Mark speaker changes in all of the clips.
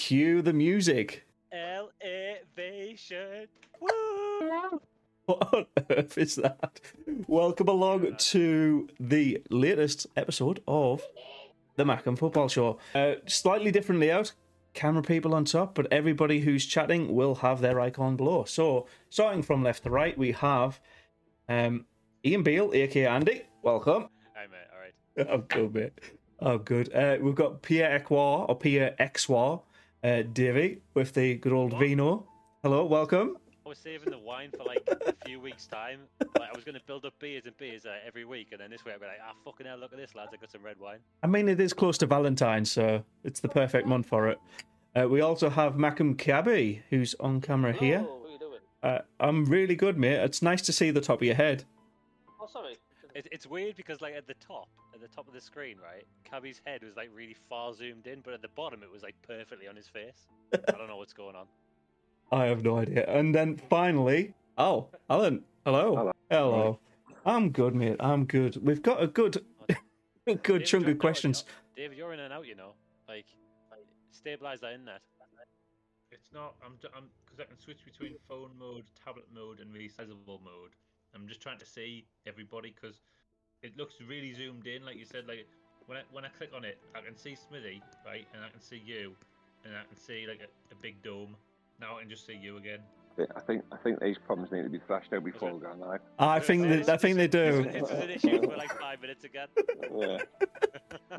Speaker 1: Cue the music.
Speaker 2: Elevation. Woo!
Speaker 1: What on earth is that? Welcome along to the latest episode of the Mac and Football Show. Uh, slightly different layout, camera people on top, but everybody who's chatting will have their icon below. So, starting from left to right, we have um, Ian Beale, aka Andy. Welcome.
Speaker 2: Hey mate, all right.
Speaker 1: I'm good, mate. I'm good. Uh, we've got Pierre Equar or Pierre Exwar, uh, Davey, with the good old Vino. Hello, welcome.
Speaker 2: I was saving the wine for like a few weeks time. Like I was gonna build up beers and beers uh, every week, and then this way I'd be like, ah, fucking hell, look at this, lads, I got some red wine.
Speaker 1: I mean, it is close to Valentine's, so it's the perfect month for it. Uh, we also have Macum Kiabi, who's on camera here.
Speaker 3: Hello, what are you doing?
Speaker 1: Uh, I'm really good, mate. It's nice to see the top of your head.
Speaker 3: Oh, sorry.
Speaker 2: It, it's weird because like at the top, at the top of the screen, right, Cabby's head was like really far zoomed in, but at the bottom it was like perfectly on his face. I don't know what's going on.
Speaker 1: I have no idea. And then finally, oh, Alan, hello, hello. I'm good, mate. I'm good. We've got a good, a good
Speaker 2: David,
Speaker 1: chunk
Speaker 2: you're-
Speaker 1: of
Speaker 2: no,
Speaker 1: questions.
Speaker 2: you're- David, you're in and out, you know. Like, like stabilize that in that.
Speaker 4: It's not. I'm. d- I'm because I can switch between phone mode, tablet mode, and resizable mode. I'm just trying to see everybody because it looks really zoomed in, like you said. Like when I when I click on it, I can see Smithy, right, and I can see you, and I can see like a, a big dome. Now I can just see you again.
Speaker 5: Yeah, I think I think these problems need to be thrashed out before we go live.
Speaker 1: I think
Speaker 2: This
Speaker 1: that I
Speaker 2: was-
Speaker 1: think they
Speaker 2: This
Speaker 1: do.
Speaker 2: was, this was an issue for like five minutes again.
Speaker 5: Yeah.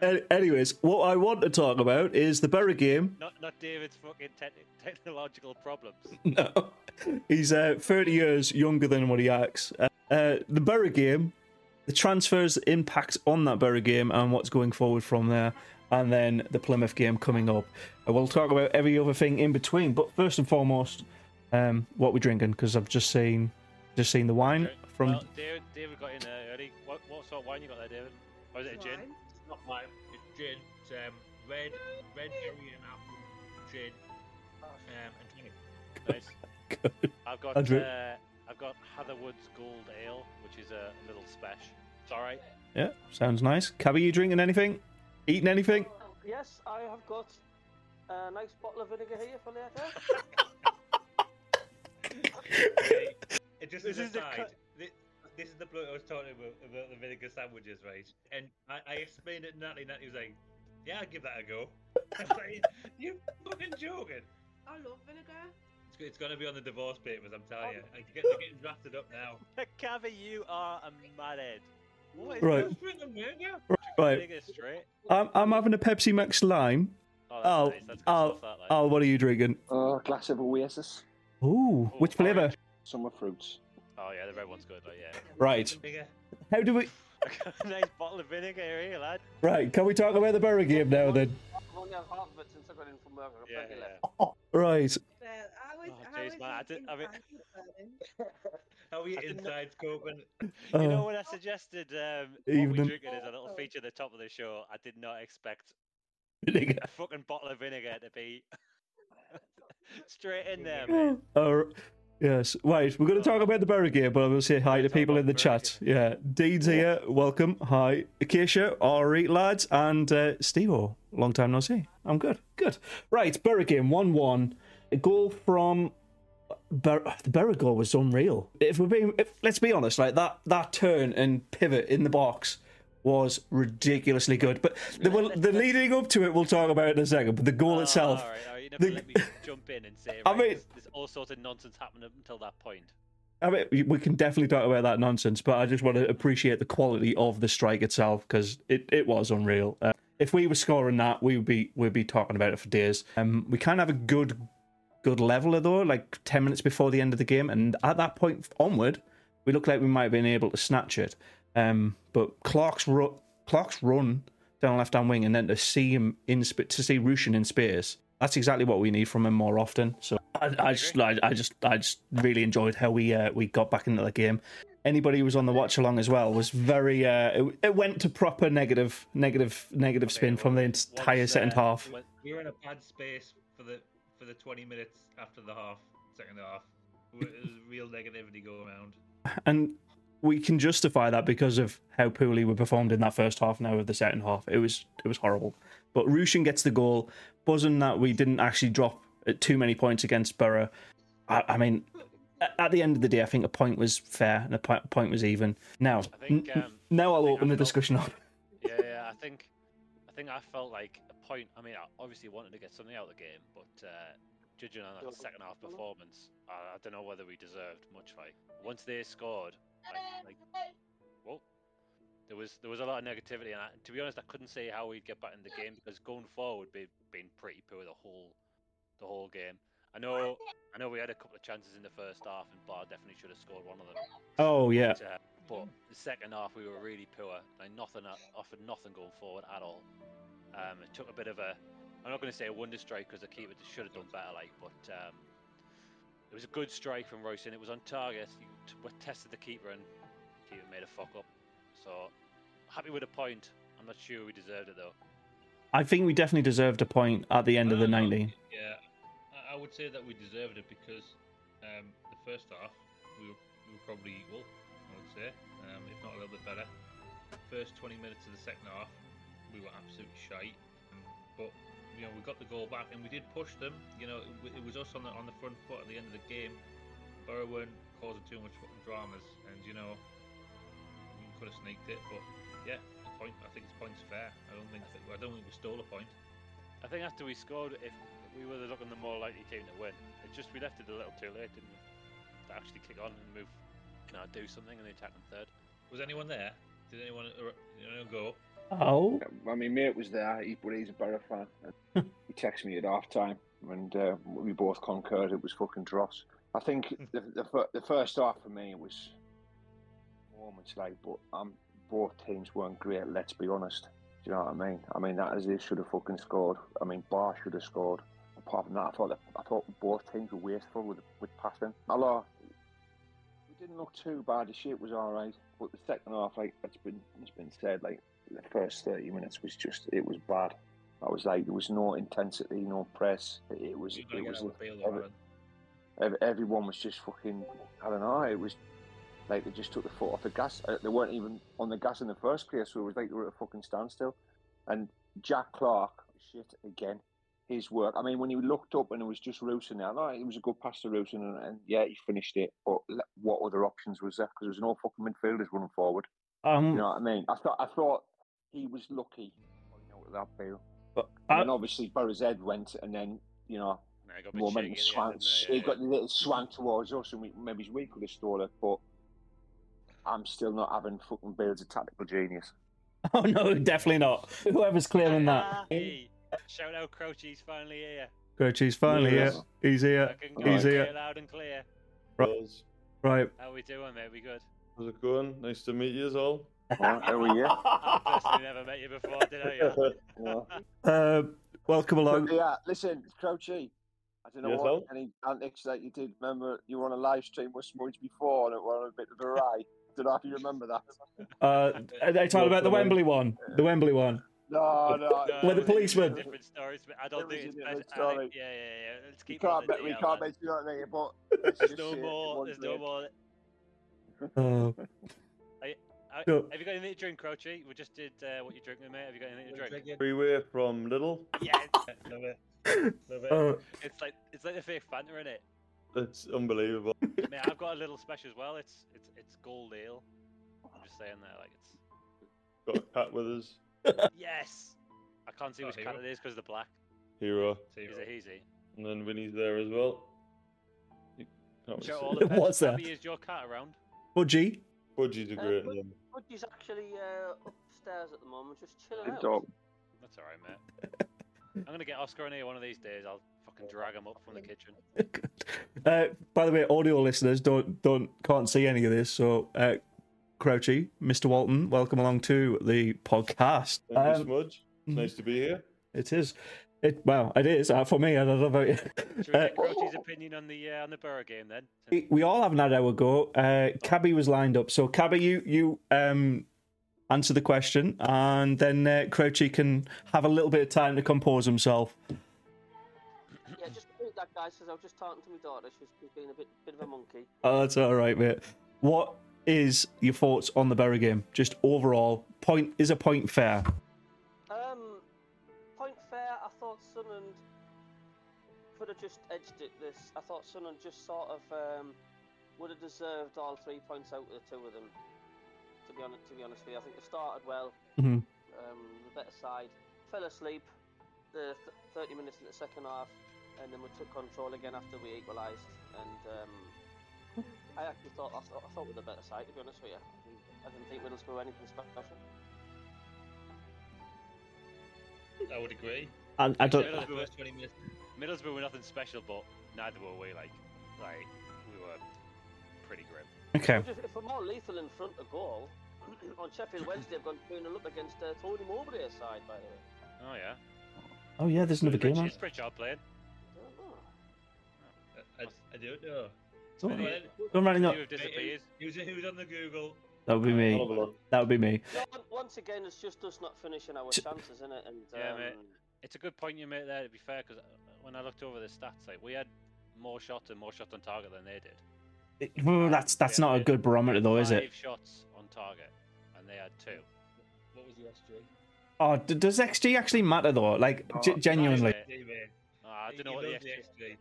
Speaker 1: An- Anyways, what I want to talk about is the Berry game.
Speaker 2: Not not David's fucking te- technological problems.
Speaker 1: No, he's uh, 30 years younger than what he acts. Uh, uh, the Borough game, the transfers the impact on that Borough game and what's going forward from there, and then the Plymouth game coming up. Uh, we'll talk about every other thing in between, but first and foremost, um, what we're drinking because I've just seen just seen the wine from.
Speaker 2: Well, David, David got in there early. What, what sort of wine you got there, David? Or is it a gin?
Speaker 4: It's not mine. It's gin. It's um, red, red berry and apple gin. Um, and tonic.
Speaker 2: Nice.
Speaker 1: Good.
Speaker 2: I've got
Speaker 1: Andrew?
Speaker 2: uh, I've got Hatherwood's Gold Ale, which is a little special. It's all right.
Speaker 1: yeah, sounds nice. Cabby, you drinking anything? Eating anything?
Speaker 3: Oh, Yes, I have got a nice bottle of vinegar here for later.
Speaker 4: Hey, it just
Speaker 2: This
Speaker 4: as an
Speaker 2: is the
Speaker 4: aside,
Speaker 2: cut-
Speaker 4: thi- this is the bloke I was talking about about the vinegar sandwiches, right? And I, I explained it to Natalie, and Natalie was like, "Yeah, I'll give that a go." I was like, "You fucking joking?"
Speaker 6: I love vinegar.
Speaker 4: It's, go- it's gonna be on the divorce papers, I'm telling you. I get, they're getting drafted up now.
Speaker 2: Cavi, you are a madhead. What is
Speaker 1: Right.
Speaker 4: Just drink the vinegar.
Speaker 1: Right,
Speaker 2: Vinegar straight.
Speaker 1: I'm, I'm having a Pepsi Max Lime.
Speaker 2: Oh, that's
Speaker 1: I'll-
Speaker 2: nice. That's good
Speaker 1: I'll-
Speaker 2: stuff, that, like.
Speaker 1: Al, what are you drinking?
Speaker 5: Oh, a glass of Oasis,
Speaker 1: Ooh, which flavour?
Speaker 5: summer fruits.
Speaker 2: Oh yeah, the red one's good. Like, yeah.
Speaker 1: Right.
Speaker 4: Vinegar.
Speaker 1: How do we?
Speaker 2: I got a nice bottle of vinegar here, eh, lad.
Speaker 1: Right, can we talk about the Borough game now then?
Speaker 3: I've Oh, only had half of it since I got in from work. I've got
Speaker 2: Yeah,
Speaker 3: plenty
Speaker 2: yeah.
Speaker 3: left.
Speaker 1: Right.
Speaker 6: Well, I was,
Speaker 2: Oh,
Speaker 6: I
Speaker 2: jeez,
Speaker 6: was
Speaker 2: man, I did- I mean-
Speaker 4: How are you
Speaker 2: I didn't know-
Speaker 4: inside coping?
Speaker 1: Uh,
Speaker 2: you know when I suggested um, what we
Speaker 1: Evening.
Speaker 2: drinking is a little feature at the top of the show, I did not expect
Speaker 1: vinegar.
Speaker 2: a fucking bottle of vinegar to be straight in there, mate.
Speaker 1: Uh, yes. Right, we're going to talk about the Borough game, but I will say hi
Speaker 2: Yeah,
Speaker 1: to
Speaker 2: talk
Speaker 1: people
Speaker 2: about
Speaker 1: in the
Speaker 2: the Borough
Speaker 1: chat. Yeah, Dean's here. Welcome. Hi, Acacia, Ari, lads, and uh, Steve-O. Long time no see. I'm good. Good. Right, Borough game one one. A goal from Ber- the Borough goal was unreal. If we're being, if, let's be honest, like that that turn and pivot in the box was ridiculously good. But the, the leading up to it, we'll talk about in a second. But the goal
Speaker 2: Oh,
Speaker 1: itself.
Speaker 2: All right, all right. You never
Speaker 1: the-
Speaker 2: let me jump in and say.
Speaker 1: I
Speaker 2: right,
Speaker 1: mean-
Speaker 2: there's, there's all sorts of nonsense happening up until that point.
Speaker 1: I mean, we can definitely talk about that nonsense, but I just want to appreciate the quality of the strike itself because it, it was unreal. Uh, if we were scoring that, we would be we'd be talking about it for days. Um, we can have a good good leveler though, like ten minutes before the end of the game, and at that point onward, we looked like we might have been able to snatch it. Um, but Clark's ru- Clark's run down left hand wing, and then to see him in sp- to see Rushin in space. That's exactly what we need from him more often. So I, I just, I, I just, I just really enjoyed how we uh, we got back into the game. Anybody who was on the watch along as well was very. Uh, it, it went to proper negative, negative, negative spin from the entire
Speaker 2: Once,
Speaker 1: second
Speaker 2: uh,
Speaker 1: half.
Speaker 2: when-
Speaker 4: We were in a bad space for the for the 20 minutes after the half, second half. We- It was real negativity going around.
Speaker 1: and we can justify that because of how poorly we performed in that first half now of the second half. It was it was horrible. But Rushin gets the goal. buzzing that we didn't actually drop uh, too many points against Borough. I, I mean, a- at the end of the day, I think a point was fair and a po- point was even. Now,
Speaker 2: I think,
Speaker 1: n-
Speaker 2: um,
Speaker 1: now I'll
Speaker 2: I think
Speaker 1: open the
Speaker 2: I've got-
Speaker 1: discussion up.
Speaker 2: yeah, yeah. I think, I think I felt like a point. I mean, I obviously wanted to get something out of the game, but uh, judging on that second half performance, I, I don't know whether we deserved much. Like once they scored, like, like whoa, there was there was a lot of negativity, and I, to be honest, I couldn't say how we'd get back in the game because going forward, we've been pretty poor the whole the whole game. I know, I know, we had a couple of chances in the first half, and Bar definitely should have scored one of them.
Speaker 1: Oh yeah,
Speaker 2: But, uh, but the second half we were really poor. Like nothing o- offered nothing going forward at all. Um, it took a bit of a. I'm not going to say a wonder strike because the keeper should have done better. Like, but um, it was a good strike from Royce and it was on target. He t- we tested the keeper and keeper made a fuck up. So happy with a point. I'm not sure we deserved it though.
Speaker 1: I think we definitely deserved a point at the end of the
Speaker 4: Uh,
Speaker 1: nineteen.
Speaker 4: Yeah, I- I would say that we deserved it because um, the first half we were, we were probably equal. I would say, um, if not a little bit better. First 20 minutes of the second half, we were absolute shite. Um, but you know, we got the goal back and we did push them. You know, it, w- it was us on the on the front foot at the end of the game. Borough weren't causing too much fucking dramas, and you know, we could have sneaked it. But yeah, the point. I think the point's fair. I don't think I don't think we stole a point.
Speaker 2: I think after we scored, if we were looking the more likely team to win, it's just we left it a little too late, didn't we? To actually kick on and move, you know, do something and they attack them third.
Speaker 4: Was anyone there? Did anyone, or- did anyone go?
Speaker 1: Oh,
Speaker 5: I mean, mate was there, he, but he's a Borough fan. And he texted me at half time, and uh, we both concurred it was fucking dross. I think the, the, fir- the first half for me was performance like, but um, both teams weren't great, let's be honest. Do you know what I mean? I mean, that is, they should have fucking scored. I mean, Bar should have scored. Apart from that, I thought that, I thought both teams were wasteful with, with passing. Although, it didn't look too bad. The shit was all right, but the second half, like it's been it's been said, like the first thirty minutes was just it was bad. I was like, there was no intensity, no press. It, it was
Speaker 4: You gotta
Speaker 5: it
Speaker 4: get
Speaker 5: was
Speaker 4: out of Bale,
Speaker 5: every-
Speaker 4: Aaron.
Speaker 5: ev- everyone was just fucking. I don't know. It was like they just took the foot off the gas. Uh, They weren't even on the gas in the first place, so it was like they were at a fucking standstill. And Jack Clark, shit again. His work. I mean, when you looked up and it was just Roosin there, like, it was a good pass to Roosin, and, and yeah, he finished it. But le- what other options was there? Because there was no fucking midfielders running forward. You
Speaker 1: um,
Speaker 5: know what I mean? I thought I thought he was lucky. Oh, you know what that Bill.
Speaker 1: I-
Speaker 5: and obviously, Burrows Ed went, and then you know
Speaker 2: No, I got a bit shaky
Speaker 5: moment and
Speaker 2: at the end,
Speaker 5: swank.
Speaker 2: didn't I?
Speaker 5: He
Speaker 2: Yeah,
Speaker 5: got
Speaker 2: yeah.
Speaker 5: a little swank towards us, and we, maybe we could have stolen it, but I'm still not having fucking Bale's a tactical genius.
Speaker 1: oh no, definitely not. Whoever's claiming that,
Speaker 2: Hey, shout out Crouch, he's finally here.
Speaker 1: Gertrude's finally here.
Speaker 5: Yes.
Speaker 1: He's
Speaker 2: I
Speaker 1: here.
Speaker 2: can
Speaker 5: Right.
Speaker 2: go
Speaker 5: He's
Speaker 1: here.
Speaker 2: loud and clear.
Speaker 7: How's
Speaker 1: Right.
Speaker 2: How we doing, mate? We good?
Speaker 7: it going? Nice to meet you all.
Speaker 5: Right, there we go.
Speaker 2: I personally never met you before, did I? yeah?
Speaker 5: Yeah.
Speaker 1: Uh, welcome
Speaker 5: But
Speaker 1: along.
Speaker 5: yeah, listen, Crouchy. I don't know
Speaker 7: Yes,
Speaker 5: what
Speaker 7: Al?
Speaker 5: any antics that you did. Remember, you were on a live stream with Smudge before, and it were on a bit of a ride. Don't know if you remember that.
Speaker 1: Uh, it's all about the Wembley one. The Wembley one.
Speaker 5: No, no.
Speaker 2: No,
Speaker 1: Where the
Speaker 2: it was a
Speaker 1: policeman-
Speaker 2: Different stories, but I don't
Speaker 5: It was
Speaker 2: think
Speaker 5: a
Speaker 2: it's
Speaker 5: different
Speaker 2: best. I
Speaker 5: story.
Speaker 2: think- yeah, yeah, yeah. Let's
Speaker 5: We
Speaker 2: keep on
Speaker 5: can't,
Speaker 2: the
Speaker 5: make, we
Speaker 2: DL,
Speaker 5: can't
Speaker 2: man.
Speaker 5: make you out there, but let's
Speaker 2: There's
Speaker 5: just
Speaker 2: no
Speaker 5: say it
Speaker 2: more.
Speaker 5: was
Speaker 2: There's no
Speaker 5: there.
Speaker 2: more.
Speaker 1: Uh,
Speaker 2: I-
Speaker 1: so-
Speaker 2: Have you got anything to drink, Crouchy? We just did uh, what you drinking, mate. Have you got anything to drink?
Speaker 7: Freeway from Little.
Speaker 2: Yeah, it's-
Speaker 4: Love it. Love it.
Speaker 1: uh,
Speaker 2: it's like it's like the fake Fanta in it.
Speaker 7: It's unbelievable.
Speaker 2: Mate, I've got a little special as well. It's it's it's gold ale. I'm just saying that, like it's
Speaker 7: Got a cat with us.
Speaker 2: yes. I can't see
Speaker 4: Oh,
Speaker 2: which
Speaker 4: here
Speaker 2: cat
Speaker 4: we
Speaker 2: it is because the black.
Speaker 7: Hero.
Speaker 4: See you
Speaker 2: Is
Speaker 4: all.
Speaker 2: it easy?
Speaker 7: And then Vinny's there as well. You can't
Speaker 2: Shout
Speaker 7: really
Speaker 2: all the
Speaker 7: see it.
Speaker 2: pets.
Speaker 1: Oh, What's that?
Speaker 2: Abby, is your cat around?
Speaker 1: Budgie.
Speaker 7: Budgie's a great
Speaker 3: Uh,
Speaker 7: name.
Speaker 3: Budgie's actually uh, upstairs at the moment, just chilling out.
Speaker 5: It's all-
Speaker 2: That's all right, mate. I'm gonna get Oscar in here one of these days. I'll fucking drag him up from the kitchen.
Speaker 1: Uh, by the way, audio listeners don't don't can't see any of this. So, uh, Crouchy, Mr. Walton, welcome along to the podcast.
Speaker 7: Thank you,
Speaker 1: Um,
Speaker 7: Smudge. It's nice to be here.
Speaker 1: it is, it well, it is uh, for me. I don't know about you.
Speaker 2: Should we
Speaker 1: Uh,
Speaker 2: get Croce's opinion on the uh, on the Borough game then?
Speaker 1: we- we all haven't had our go. Uh, Cabby was lined up, so Cabby, you you um answer the question, and then uh, Crouchy can have a little bit of time to compose himself.
Speaker 3: Yeah, just read that guy says I was just talking to my daughter. She's she's being a bit, bit of a monkey.
Speaker 1: Oh, that's all right, mate. What is your thoughts on the Berry game? Just overall, point is a point fair.
Speaker 3: Um, point fair. I thought Sunderland could have just edged it this. I thought Sunderland just sort of um, would have deserved all three points out of the two of them. To be honest, to be honest with you, I think they started well.
Speaker 1: Mhm.
Speaker 3: Um, the better side fell asleep. The th- 30 minutes in the second half, and then we took control again after we equalised. And um, I actually thought I thought, I thought we were the better side. To be honest with you, I didn't think Middlesbrough were anything special.
Speaker 4: I would agree.
Speaker 1: I, I don't.
Speaker 4: Middlesbrough was 20 minutes.
Speaker 2: Middlesbrough were nothing special, but neither were we. Like, like we were pretty grim.
Speaker 1: Okay.
Speaker 3: If- If we're more lethal in front of goal, on Sheffield Wednesday, I've gone 2 0 up against uh, Tony Mowbray's side, by the way.
Speaker 2: Oh yeah.
Speaker 1: Oh yeah, there's another game.
Speaker 2: Rich-
Speaker 1: On.
Speaker 2: Is Pritchard playing?
Speaker 4: I, I don't know.
Speaker 1: Don't,
Speaker 4: Anyway,
Speaker 1: don't really know.
Speaker 2: You have disappeared.
Speaker 4: He was, he was on the Google.
Speaker 1: That would be
Speaker 7: I'll have a
Speaker 1: me.
Speaker 7: look.
Speaker 1: That would be me.
Speaker 3: No, on- once again, it's just us not finishing our
Speaker 1: T-
Speaker 3: chances, isn't it? And,
Speaker 2: Yeah,
Speaker 3: um,
Speaker 2: mate. It's a good point you make there. To be fair, because when I looked over the stats, like we had more shots and more shots on target than they did.
Speaker 1: It- well, that's that's not a good barometer though, is it?
Speaker 2: Five shots on target, and they had two.
Speaker 4: What was the SJ?
Speaker 1: Oh, d- does XG actually matter though? Like
Speaker 5: Oh,
Speaker 1: g- genuinely.
Speaker 2: Yeah.
Speaker 4: SJ, mate.
Speaker 2: Oh, I
Speaker 4: He
Speaker 2: don't know what the
Speaker 4: loves
Speaker 2: XG.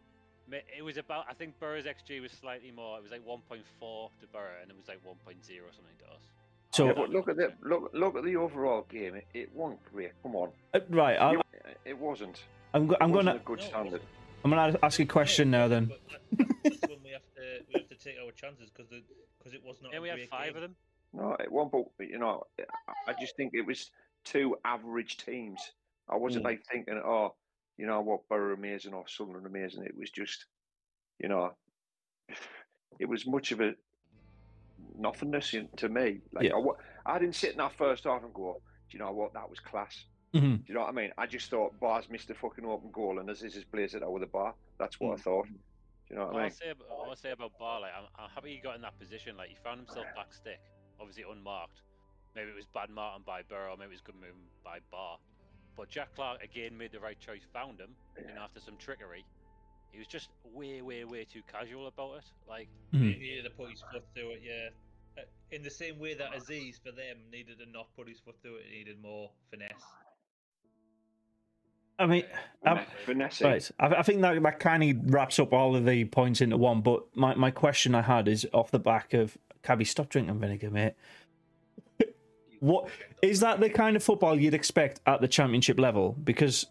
Speaker 2: Mate, It was about. I think Burrow's XG was slightly more. It was like 1.4 to Burrow, and it was like 1.0 or something to us.
Speaker 1: So-
Speaker 5: Yeah, but look at the look look at the overall game. It, it wasn't great. Come on,
Speaker 1: Uh, right. I,
Speaker 5: It- it wasn't.
Speaker 1: I'm go-
Speaker 5: It
Speaker 1: I'm
Speaker 5: wasn't
Speaker 1: gonna
Speaker 5: a good
Speaker 4: No, it
Speaker 5: standard.
Speaker 1: I'm gonna ask you a question now then.
Speaker 4: But that- that's when we have to we have to take our chances because because it was not.
Speaker 2: Yeah,
Speaker 4: a
Speaker 2: we had
Speaker 4: great
Speaker 2: five
Speaker 4: game.
Speaker 2: of them.
Speaker 5: No, it won't. But you know, I- I just think it was two average teams. I wasn't
Speaker 1: Mm.
Speaker 5: like thinking, oh, you know what, Borough amazing or Sunderland amazing. It was just, you know, it was much of a nothingness in- to me. Like
Speaker 1: Yeah.
Speaker 5: I, wa- I didn't sit in that first half and go, do you know what, that was class.
Speaker 1: Mhm.
Speaker 5: Do you know what I mean? I just thought Bar's missed a fucking open goal and this is his blaze it out with a bar. That's
Speaker 1: Mm.
Speaker 5: what I thought. Do you know what
Speaker 2: All
Speaker 5: I
Speaker 2: I'll
Speaker 5: mean?
Speaker 2: say, ab- all I'll say about Bar, like, I'm, I'm happy he got in that position. Like, he found himself back stick, obviously unmarked. Maybe it was bad marking by Burrow, maybe it was good movement by Bar. But Jack Clark again made the right choice, found him, and after some trickery, he was just way, way, way too casual about it. Like,
Speaker 4: He
Speaker 7: Hmm.
Speaker 1: Mhm.
Speaker 4: needed to put his foot through it. Yeah, Uh, in the same way that Aziz for them needed to not put his foot through it. He needed more finesse.
Speaker 1: I mean, um,
Speaker 5: Vanessa.
Speaker 1: right. I, I think that that kind of wraps up all of the points into one. But my, my question I had is off the back of Cabby, stop drinking vinegar, mate. What is that the kind of football you'd expect at the championship level? Because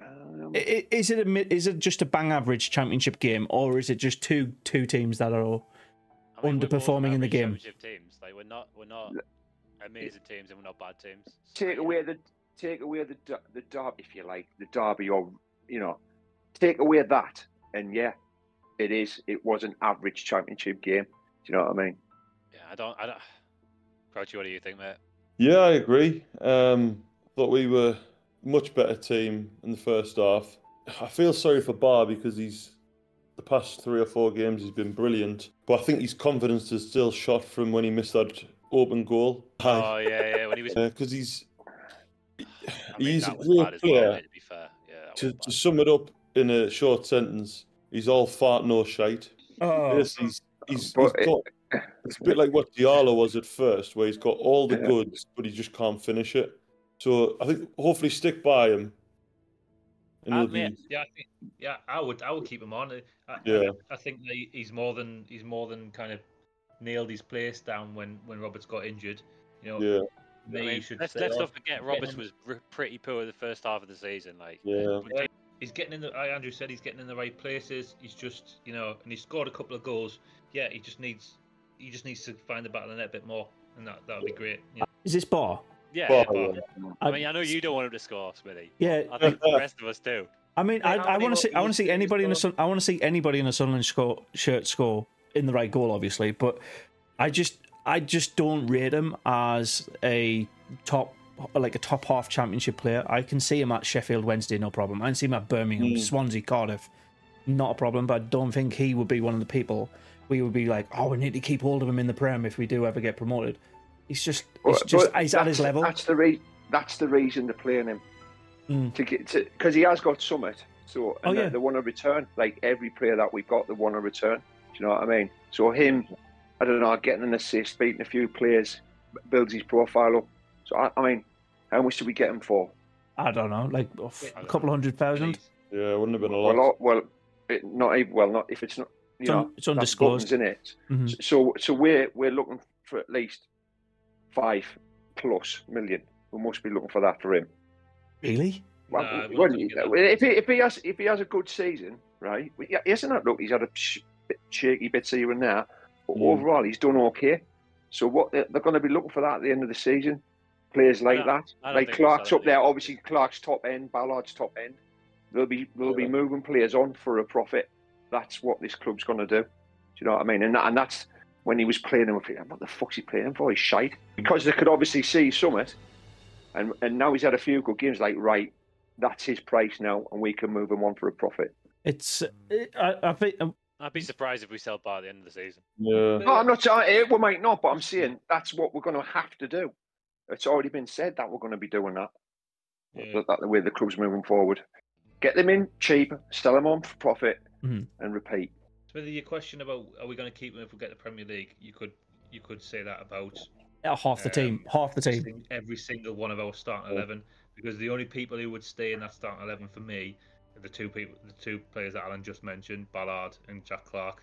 Speaker 5: Um,
Speaker 1: I- I- Is it a mi- is it just a bang average championship game, or is it just two two teams that are all?
Speaker 2: I mean, we're both
Speaker 1: Underperforming in the
Speaker 2: average
Speaker 1: game.
Speaker 2: Championship teams, like we're not, we're not amazing teams, and we're not bad teams. So,
Speaker 5: take
Speaker 2: you
Speaker 5: away
Speaker 2: know,
Speaker 5: the take away the der- the derby if you like the derby or you know take away that and yeah it is it was an average championship game do you know what i mean
Speaker 2: Yeah, I don't, I don't. Crouchy, what do you think, mate?
Speaker 7: Yeah, I agree. Um, thought we were much better team in the first half. I feel sorry for Bar because he's the past three or four games he's been brilliant, but I think his confidence is still shot from when he missed that open goal.
Speaker 2: Oh yeah, yeah. When he was, I
Speaker 7: because he's
Speaker 2: mean,
Speaker 7: he's
Speaker 2: that was
Speaker 7: real
Speaker 2: bad as well.
Speaker 7: clear.
Speaker 2: mate, To be fair, yeah. that
Speaker 7: to,
Speaker 2: was
Speaker 7: to
Speaker 2: bad.
Speaker 7: sum it up in a short sentence. He's all fart, no shite.
Speaker 1: Oh,
Speaker 7: Yes, he's, he's, he's
Speaker 5: But it-
Speaker 7: got, it's a bit like what Diallo was at first, where he's got all the goods, but he just can't finish it. So I think hopefully stick by him. And
Speaker 2: Ah,
Speaker 7: he'll be-
Speaker 2: man.
Speaker 4: Yeah, I think, yeah, I would I would keep him on. I, I-
Speaker 7: Yeah.
Speaker 4: I think that he- he's more than he's more than kind of nailed his place down when when Roberts got injured. You know,
Speaker 7: yeah,
Speaker 2: I
Speaker 4: maybe he
Speaker 2: mean,
Speaker 4: should
Speaker 2: let's
Speaker 4: stay
Speaker 2: let's
Speaker 4: on.
Speaker 2: not forget Roberts was r- pretty poor the first half of the season. Like,
Speaker 7: yeah.
Speaker 4: he's getting in the like Andrew said he's getting in the right places. He's just you know, and he scored a couple of goals. Yeah, he just needs he just needs to find the back of the net a bit more, and that that would be great. You know,
Speaker 1: is this bar?
Speaker 2: yeah.
Speaker 7: Bar,
Speaker 2: but-
Speaker 7: yeah.
Speaker 2: I mean, I know you don't want him to score, Smithy.
Speaker 1: Yeah,
Speaker 2: I think the rest of us do.
Speaker 1: I mean, I,
Speaker 4: How
Speaker 1: I
Speaker 4: many
Speaker 1: want to
Speaker 4: more
Speaker 1: see I
Speaker 4: can
Speaker 1: want
Speaker 4: you
Speaker 1: to see
Speaker 4: score?
Speaker 1: anybody in a Sun- I want to see anybody in a Sunderland score, shirt score in the right goal, obviously. But I just I just don't rate him as a top like a top half championship player. I can see him at Sheffield Wednesday, no problem. I can see him at Birmingham, Swansea, Cardiff, not a problem. But I don't think he would be one of the people we would be like, oh, we need to keep hold of him in the Prem if we do ever get promoted. He's just it's
Speaker 5: But-
Speaker 1: just
Speaker 5: but
Speaker 1: he's at his
Speaker 5: that's-
Speaker 1: level.
Speaker 5: that's the re- that's the reason they're playing him
Speaker 1: Mm.
Speaker 5: to get to because he has got summit so and
Speaker 1: Oh,
Speaker 5: they,
Speaker 1: yeah.
Speaker 5: they want to return like every player that we've got they want to return do you know what i mean so him i don't know getting an assist beating a few players builds his profile up so i, I mean how much do we get him for
Speaker 1: I don't know, like a
Speaker 4: I
Speaker 1: f-
Speaker 4: don't
Speaker 1: couple
Speaker 2: know.
Speaker 1: hundred thousand.
Speaker 4: he's-
Speaker 7: Yeah, it wouldn't have been a lot.
Speaker 5: Well, not, well, it, not even well, not if it's not. You
Speaker 1: It's,
Speaker 5: know,
Speaker 1: un- it's undisclosed.
Speaker 5: in it.
Speaker 1: Mhm.
Speaker 5: S- So so we're we're looking for at least five plus million. We must be looking for that for him.
Speaker 1: Really?
Speaker 5: Well,
Speaker 4: Nah, I wouldn't
Speaker 5: well,
Speaker 4: think
Speaker 5: you-
Speaker 4: of that.
Speaker 5: if he if he has if he has a good season, right? well, yeah, Isn't that look? He's had a sh- bit shaky bits here and there, but
Speaker 7: Mm.
Speaker 5: overall he's done okay. So what they're, they're going to be looking for that at the end of the season, players like
Speaker 2: don't-
Speaker 5: that,
Speaker 2: I don't
Speaker 5: like
Speaker 2: think we'll sell
Speaker 5: Clark's up
Speaker 2: him.
Speaker 5: there. Obviously, Clark's top end, Ballard's top end. They'll be they'll be
Speaker 7: Yeah.
Speaker 5: moving players on for a profit. That's what this club's going to do. Do you know what I mean? And that, and that's when he was playing him. I'm like, What the fuck's he playing him for? He's shite. Because they could obviously see Summit, and and now he's had a few good games. Like right, that's his price now, and we can move him on for a profit.
Speaker 1: It's. It, I, I think. um,
Speaker 2: I'd be surprised if we sell by the end of the season.
Speaker 7: Yeah.
Speaker 5: No, I'm not saying eh, we might not, but I'm saying that's what we're going to have to do. It's already been said that we're going to be doing that.
Speaker 4: Yeah.
Speaker 5: That, that the way the club's moving forward. Get them in cheap, sell them on for profit,
Speaker 1: Mhm.
Speaker 7: Mm-hmm.
Speaker 5: and repeat.
Speaker 4: So whether your question about are we going to keep him if we get the Premier League, you could you could say that about
Speaker 1: uh, half the team.
Speaker 4: Um,
Speaker 1: Half the team.
Speaker 4: sing- every single one of our starting
Speaker 7: Yeah.
Speaker 4: eleven because the only people who would stay in that starting eleven for me are the two people, the two players that Alan just mentioned, Ballard and Jack Clark.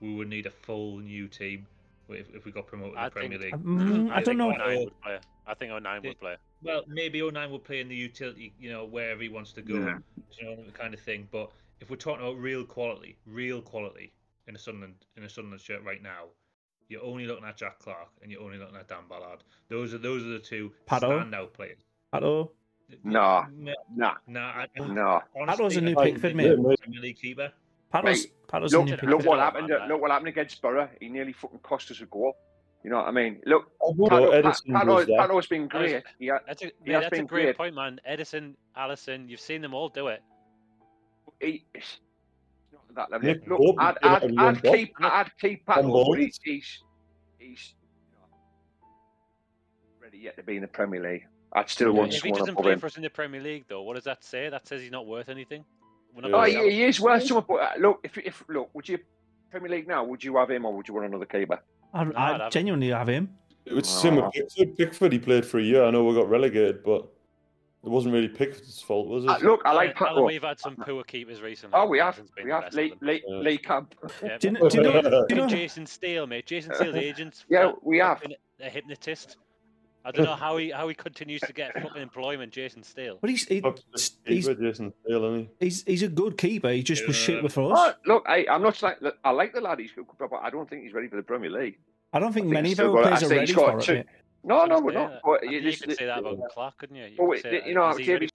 Speaker 4: We would need a full new team if, if we got promoted to
Speaker 2: I
Speaker 4: the Premier
Speaker 2: think-
Speaker 4: League.
Speaker 1: Mm, I
Speaker 4: I
Speaker 1: don't
Speaker 4: think
Speaker 1: know.
Speaker 4: we're not-
Speaker 2: 09 would play. I think 09
Speaker 4: Yeah.
Speaker 2: would play.
Speaker 4: Well, maybe 09 will play in the utility, you know, wherever he wants to go,
Speaker 5: Yeah.
Speaker 4: you know, that kind of thing. But if we're talking about real quality, real quality in a Sunderland in a Sunderland shirt right now, you're only looking at Jack Clark and you're only looking at Dan Ballard. Those are those are the two
Speaker 1: Paddo?
Speaker 4: standout players.
Speaker 1: At all.
Speaker 5: Nah.
Speaker 4: No,
Speaker 5: Nah,
Speaker 4: no, I,
Speaker 5: nah.
Speaker 4: honestly,
Speaker 1: Paddo's a new
Speaker 4: I
Speaker 1: pick
Speaker 4: think
Speaker 1: for
Speaker 4: he's
Speaker 1: me.
Speaker 4: a Premier League keeper.
Speaker 1: Paddles.
Speaker 5: Mate,
Speaker 1: Paddles.
Speaker 5: Look,
Speaker 1: in your
Speaker 5: look
Speaker 1: picture.
Speaker 5: what
Speaker 2: Pickford.
Speaker 5: happened. to- Look what happened against Borough. He nearly fucking cost us a goal. You know what I mean? Look,
Speaker 7: Although
Speaker 5: Pano,
Speaker 7: Edison was there.
Speaker 5: has been
Speaker 2: That was-
Speaker 5: great. Yeah,
Speaker 2: That's a, mate,
Speaker 5: has
Speaker 2: that's a
Speaker 5: been
Speaker 2: great
Speaker 5: great.
Speaker 2: point, man. Edison, Allison, you've seen them all do it.
Speaker 5: he, he's not at that level.
Speaker 7: Nick
Speaker 5: yet. Look,
Speaker 7: Pope
Speaker 5: I'd,
Speaker 7: has
Speaker 5: I'd,
Speaker 7: been
Speaker 5: I'd,
Speaker 7: on one
Speaker 5: keep, I'd keep Pat
Speaker 7: Tom
Speaker 5: up, but
Speaker 7: Bowles.
Speaker 5: he's, he's, he's ready yet to be in the Premier League. I'd still want
Speaker 2: if he
Speaker 5: someone
Speaker 2: doesn't
Speaker 5: above
Speaker 2: play
Speaker 5: him.
Speaker 2: for us in the Premier League, though, what does that say? That says he's not worth anything. We're not
Speaker 7: Yeah.
Speaker 5: Oh,
Speaker 2: gonna
Speaker 5: yeah,
Speaker 2: sell him.
Speaker 5: he is worth someone. But uh, look, if, if look, would you Premier League now? Would you have him or would you want another keeper?
Speaker 1: I,
Speaker 2: I'd have
Speaker 1: I
Speaker 2: him.
Speaker 1: genuinely have him.
Speaker 7: It's similar. Pickford, Pickford, he played for a year. I know we got relegated, but it wasn't really Pickford's fault, was it?
Speaker 5: Uh, look, I like
Speaker 2: Alan-
Speaker 5: Pat.
Speaker 2: Alan,
Speaker 5: up.
Speaker 2: we've had some poor keepers recently.
Speaker 5: Oh, we have.
Speaker 2: Allison's been
Speaker 5: We
Speaker 2: the
Speaker 5: have
Speaker 2: best of
Speaker 5: Lee,
Speaker 2: them.
Speaker 5: Lee,
Speaker 7: Yeah.
Speaker 5: Lee Camp.
Speaker 2: Yeah,
Speaker 1: Do you,
Speaker 2: but-
Speaker 1: kn- do you know? Do you
Speaker 2: Fucking
Speaker 1: know?
Speaker 2: Jason Steele, mate. Jason Steele's agents.
Speaker 5: Yeah, we have.
Speaker 2: A hypnotist. I don't know how he how he continues to get fucking employment, Jason Steele.
Speaker 1: But he's he,
Speaker 7: Fuck,
Speaker 1: he's
Speaker 7: He's Jason Steele, isn't he?
Speaker 1: he's he's a good keeper. He just was shit
Speaker 4: Yeah.
Speaker 1: with us.
Speaker 5: Oh, look, I, I'm not saying that I like the lad, he's good, but I don't think he's ready for the Premier League.
Speaker 1: I don't think
Speaker 5: I think
Speaker 1: many
Speaker 5: he's
Speaker 1: of our
Speaker 5: still got-
Speaker 1: players
Speaker 5: I
Speaker 1: are
Speaker 5: think
Speaker 1: ready
Speaker 5: he's got
Speaker 1: for it.
Speaker 5: two-
Speaker 1: mate.
Speaker 5: No,
Speaker 2: I
Speaker 5: Oh, no,
Speaker 2: was
Speaker 5: we're
Speaker 2: gonna
Speaker 5: not.
Speaker 2: say,
Speaker 5: But
Speaker 2: I
Speaker 5: it
Speaker 2: think
Speaker 5: is-
Speaker 2: you could say that about
Speaker 7: yeah.
Speaker 2: Clark, couldn't you? You,
Speaker 5: Well,
Speaker 2: could
Speaker 5: it-
Speaker 2: say that.
Speaker 5: you know,
Speaker 2: Is he
Speaker 5: Davy-
Speaker 2: ready-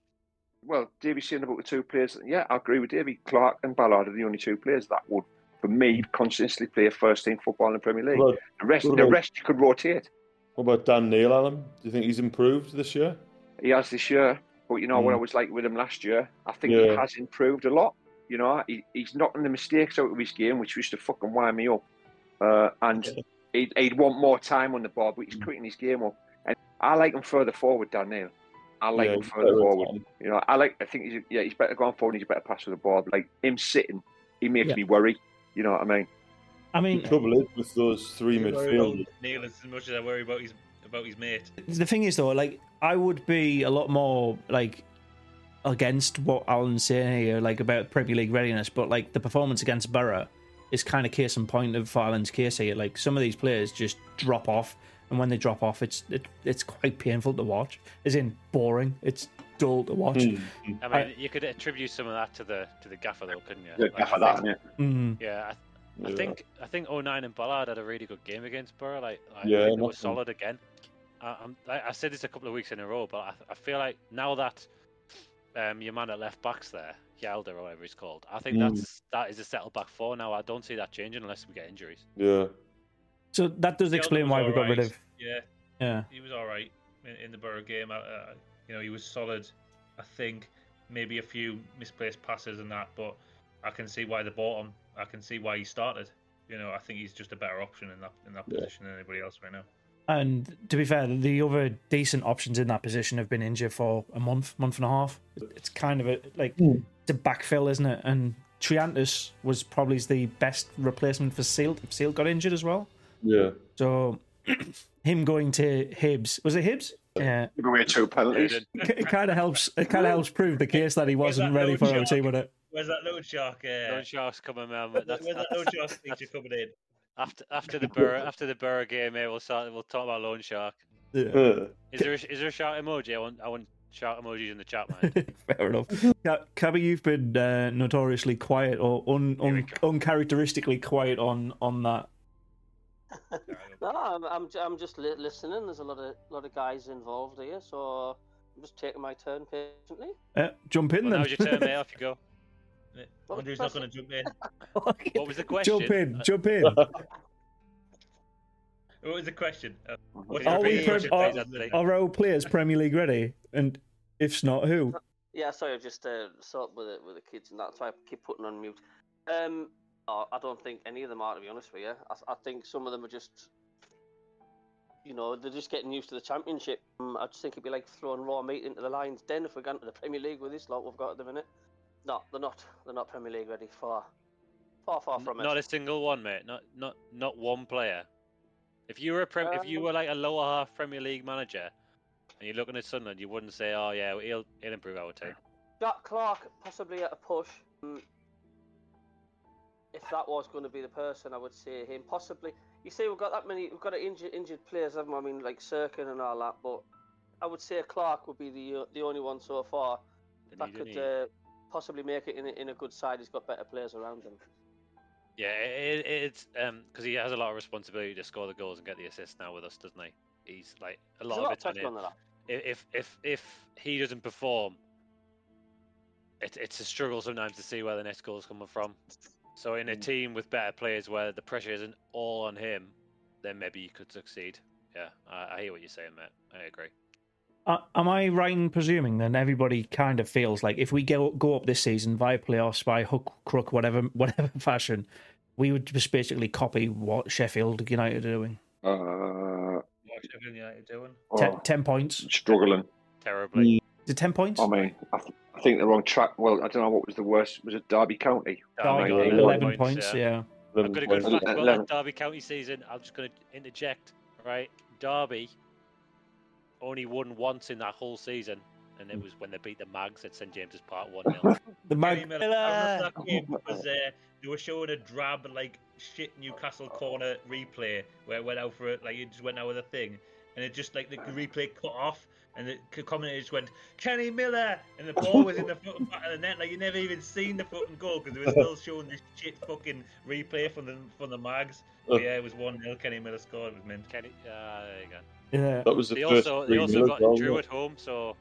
Speaker 5: well, Davey's saying about the two players. Yeah, I agree with Davy. Clark and Ballard are the only two players that would, for me, consistently play first team football in the Premier League.
Speaker 7: What about,
Speaker 5: The rest,
Speaker 7: what
Speaker 5: the
Speaker 7: about-
Speaker 5: rest you could rotate.
Speaker 7: what about Dan Neil, Alan? Do you think he's improved this year?
Speaker 5: He has this year, but you know what I
Speaker 7: Mm.
Speaker 5: was like with him last year. I think he
Speaker 7: Yeah.
Speaker 5: has improved a lot. You know, he, he's knocking the mistakes out of his game, which used to fucking wind me up. Uh, and he'd, he'd want more time on the ball,
Speaker 7: Hmm.
Speaker 5: but he's quitting his game up. And I like him further forward, Dan Neil. I like him
Speaker 7: he's
Speaker 5: further
Speaker 7: better at
Speaker 5: forward.
Speaker 7: time.
Speaker 5: You know, I like. I think he's yeah, he's better going forward. He's a better passer the ball. Like him sitting, he makes
Speaker 1: Yeah.
Speaker 5: me worry. You know what I mean?
Speaker 1: I
Speaker 7: The
Speaker 1: mean,
Speaker 7: trouble is with those three
Speaker 4: I worry about
Speaker 7: midfielders.
Speaker 4: Neil as much as I worry about his about his mate.
Speaker 1: the thing is though, like I would be a lot more like against what Alan's saying here, like about Premier League readiness, but like the performance against Borough is kind of case in point of Ireland's case here. Like some of these players just drop off, and when they drop off, it's it, it's quite painful to watch. As in boring. It's dull to watch.
Speaker 7: Hmm.
Speaker 2: I mean, you could attribute some of that to the to the gaffer, though, couldn't you? Like, I think-
Speaker 5: it?
Speaker 1: Mm.
Speaker 2: Yeah, I, I
Speaker 7: Yeah.
Speaker 2: think I think 09 and Ballard had a really good game against Borough. Like, like
Speaker 7: Yeah,
Speaker 2: I think they were
Speaker 7: nothing.
Speaker 2: solid again. I, I'm, like, I said this a couple of weeks in a row, but I, I feel like now that um, your man at left back's there, Yelder or whatever he's called, I think
Speaker 7: Mm.
Speaker 2: that's that is a settled back four now. I don't see that changing unless we get injuries.
Speaker 7: Yeah.
Speaker 1: So that does
Speaker 4: Gelder
Speaker 1: explain
Speaker 4: was
Speaker 1: why we got
Speaker 4: alright.
Speaker 1: rid of.
Speaker 4: Yeah,
Speaker 1: Yeah.
Speaker 4: he was all right in, in the Borough game. I, I, you know, he was solid. I think maybe a few misplaced passes and that, but I can see why they bought him. I can see why he started. You know, I think he's just a better option in that in that
Speaker 7: Yeah.
Speaker 4: position than anybody else right now.
Speaker 1: And to be fair, the other decent options in that position have been injured for a month, month and a half. It's kind of a like
Speaker 7: Hmm.
Speaker 1: it's a backfill, isn't it? And Triantis was probably the best replacement for Seal. Seal got injured as well,
Speaker 7: Yeah.
Speaker 1: so him going to Hibbs was it Hibbs? Yeah,
Speaker 5: Give away two penalties.
Speaker 2: Aiden,
Speaker 1: it, kind of helps. It kind of helps prove the case that he wasn't ready for OT, would it?
Speaker 4: Where's that load shark? Uh,
Speaker 2: Loan sharks coming, man.
Speaker 4: where's
Speaker 2: but That's,
Speaker 4: that
Speaker 2: that's-
Speaker 4: load shark feature coming in?
Speaker 2: after after the Borough after the Borough game. Here we'll start. We'll talk about loan shark.
Speaker 1: Yeah.
Speaker 7: Uh,
Speaker 2: Is there a, is there a shout emoji? I want I want shout emojis in the chat, man.
Speaker 1: Fair enough. Now, Cabby, you've been uh, notoriously quiet or un,
Speaker 2: Here we
Speaker 1: un, uncharacteristically quiet on on that.
Speaker 3: um, No, I'm, I'm, ju- I'm just li- listening. There's a lot of lot of guys involved here, so I'm just taking my turn patiently.
Speaker 1: Uh, jump in
Speaker 2: Well,
Speaker 1: then.
Speaker 2: now's your turn, mate. Off you go.
Speaker 4: Wonder who's not going to jump in.
Speaker 2: What was the question?
Speaker 1: jump in, jump in.
Speaker 4: What was the question? Uh, what's
Speaker 1: Are
Speaker 4: the
Speaker 1: we
Speaker 4: feature
Speaker 1: pre-
Speaker 4: plays at the-
Speaker 1: Are our players Premier League ready? And if not, who?
Speaker 3: Yeah, sorry, I've just uh, sort with the, with the kids, and that's why I keep putting on mute. Um, oh, I don't think any of them are, to be honest with you. I, I think some of them are just, you know, they're just getting used to the championship. Um, I just think it'd be like throwing raw meat into the lion's den if we're going to the Premier League with this lot we've got at the minute. No, they're not. They're not Premier League ready. Far, far, far from it.
Speaker 2: Not a single one, mate. Not not not one player. If you were a prem- if you
Speaker 3: Um,
Speaker 2: were like a lower half Premier League manager, and you're looking at Sunderland, you wouldn't say, "Oh yeah, he'll he'll improve our team."
Speaker 3: Jack Clark possibly at a push. Mm. If that was going to be the person, I would say him. Possibly, you say we've got that many, we've got injured injured players, haven't we? I mean, like Sirkin and all that. But I would say Clark would be the uh, the only one so far
Speaker 2: They
Speaker 3: that
Speaker 2: need- they
Speaker 3: could
Speaker 2: need-
Speaker 3: uh, possibly make it in a, in a good side. He's got better players around him.
Speaker 2: Yeah, it, it, it's because he has a lot of responsibility to score the goals and get the assists now with us, doesn't he? He's like a lot
Speaker 3: There's
Speaker 2: of it's on
Speaker 3: pressure
Speaker 2: him.
Speaker 3: on that.
Speaker 2: I- If if if he doesn't perform, it, it's a struggle sometimes to see where the next goal's coming from. So
Speaker 5: Hmm.
Speaker 2: in a team with better players where the pressure isn't all on him, then maybe you could succeed. Yeah, I, I hear what you're saying, mate. I agree.
Speaker 1: Uh, am I right in presuming then everybody kind of feels like if we go go up this season via playoffs by hook, crook, whatever, whatever fashion, we would just basically copy what Sheffield United are doing.
Speaker 5: Uh,
Speaker 4: What's everything United doing?
Speaker 1: Ten,
Speaker 5: oh,
Speaker 1: ten points.
Speaker 5: struggling.
Speaker 2: Terribly.
Speaker 1: Is it ten points?
Speaker 5: I mean, I, th- I think they're on track. Well, I don't know what was the worst. Was it Derby County?
Speaker 1: Derby got
Speaker 2: Derby got
Speaker 5: eleven
Speaker 1: eleven points.
Speaker 2: yeah.
Speaker 1: yeah.
Speaker 2: I've got a good
Speaker 5: points.
Speaker 2: fact about
Speaker 5: Eleven.
Speaker 2: that Derby County season. I'm just going to interject, right? Derby only won once in that whole season, and
Speaker 5: Hmm.
Speaker 2: it was when they beat the Mags at St James's Park 1 0.
Speaker 1: The
Speaker 4: Gary
Speaker 1: mag.
Speaker 4: Miller. I remember that game because uh, they were showing a drab, like shit Newcastle corner replay where it went out for it, like it just went out with a thing, and it just like the replay cut off, and the c- commentator just went Kenny Miller, and the ball was in the fucking back of the net, like you never even seen the fucking goal because they were still showing this shit fucking replay from the from the mags. But yeah, it was one 0 Kenny Miller scored. It was mint.
Speaker 2: Kenny, uh, there you go.
Speaker 1: Yeah.
Speaker 7: That was the
Speaker 2: They
Speaker 7: first.
Speaker 2: also, they
Speaker 7: three
Speaker 2: also
Speaker 7: minutes,
Speaker 2: got
Speaker 7: wasn't
Speaker 2: Drew at
Speaker 7: it?
Speaker 2: home, so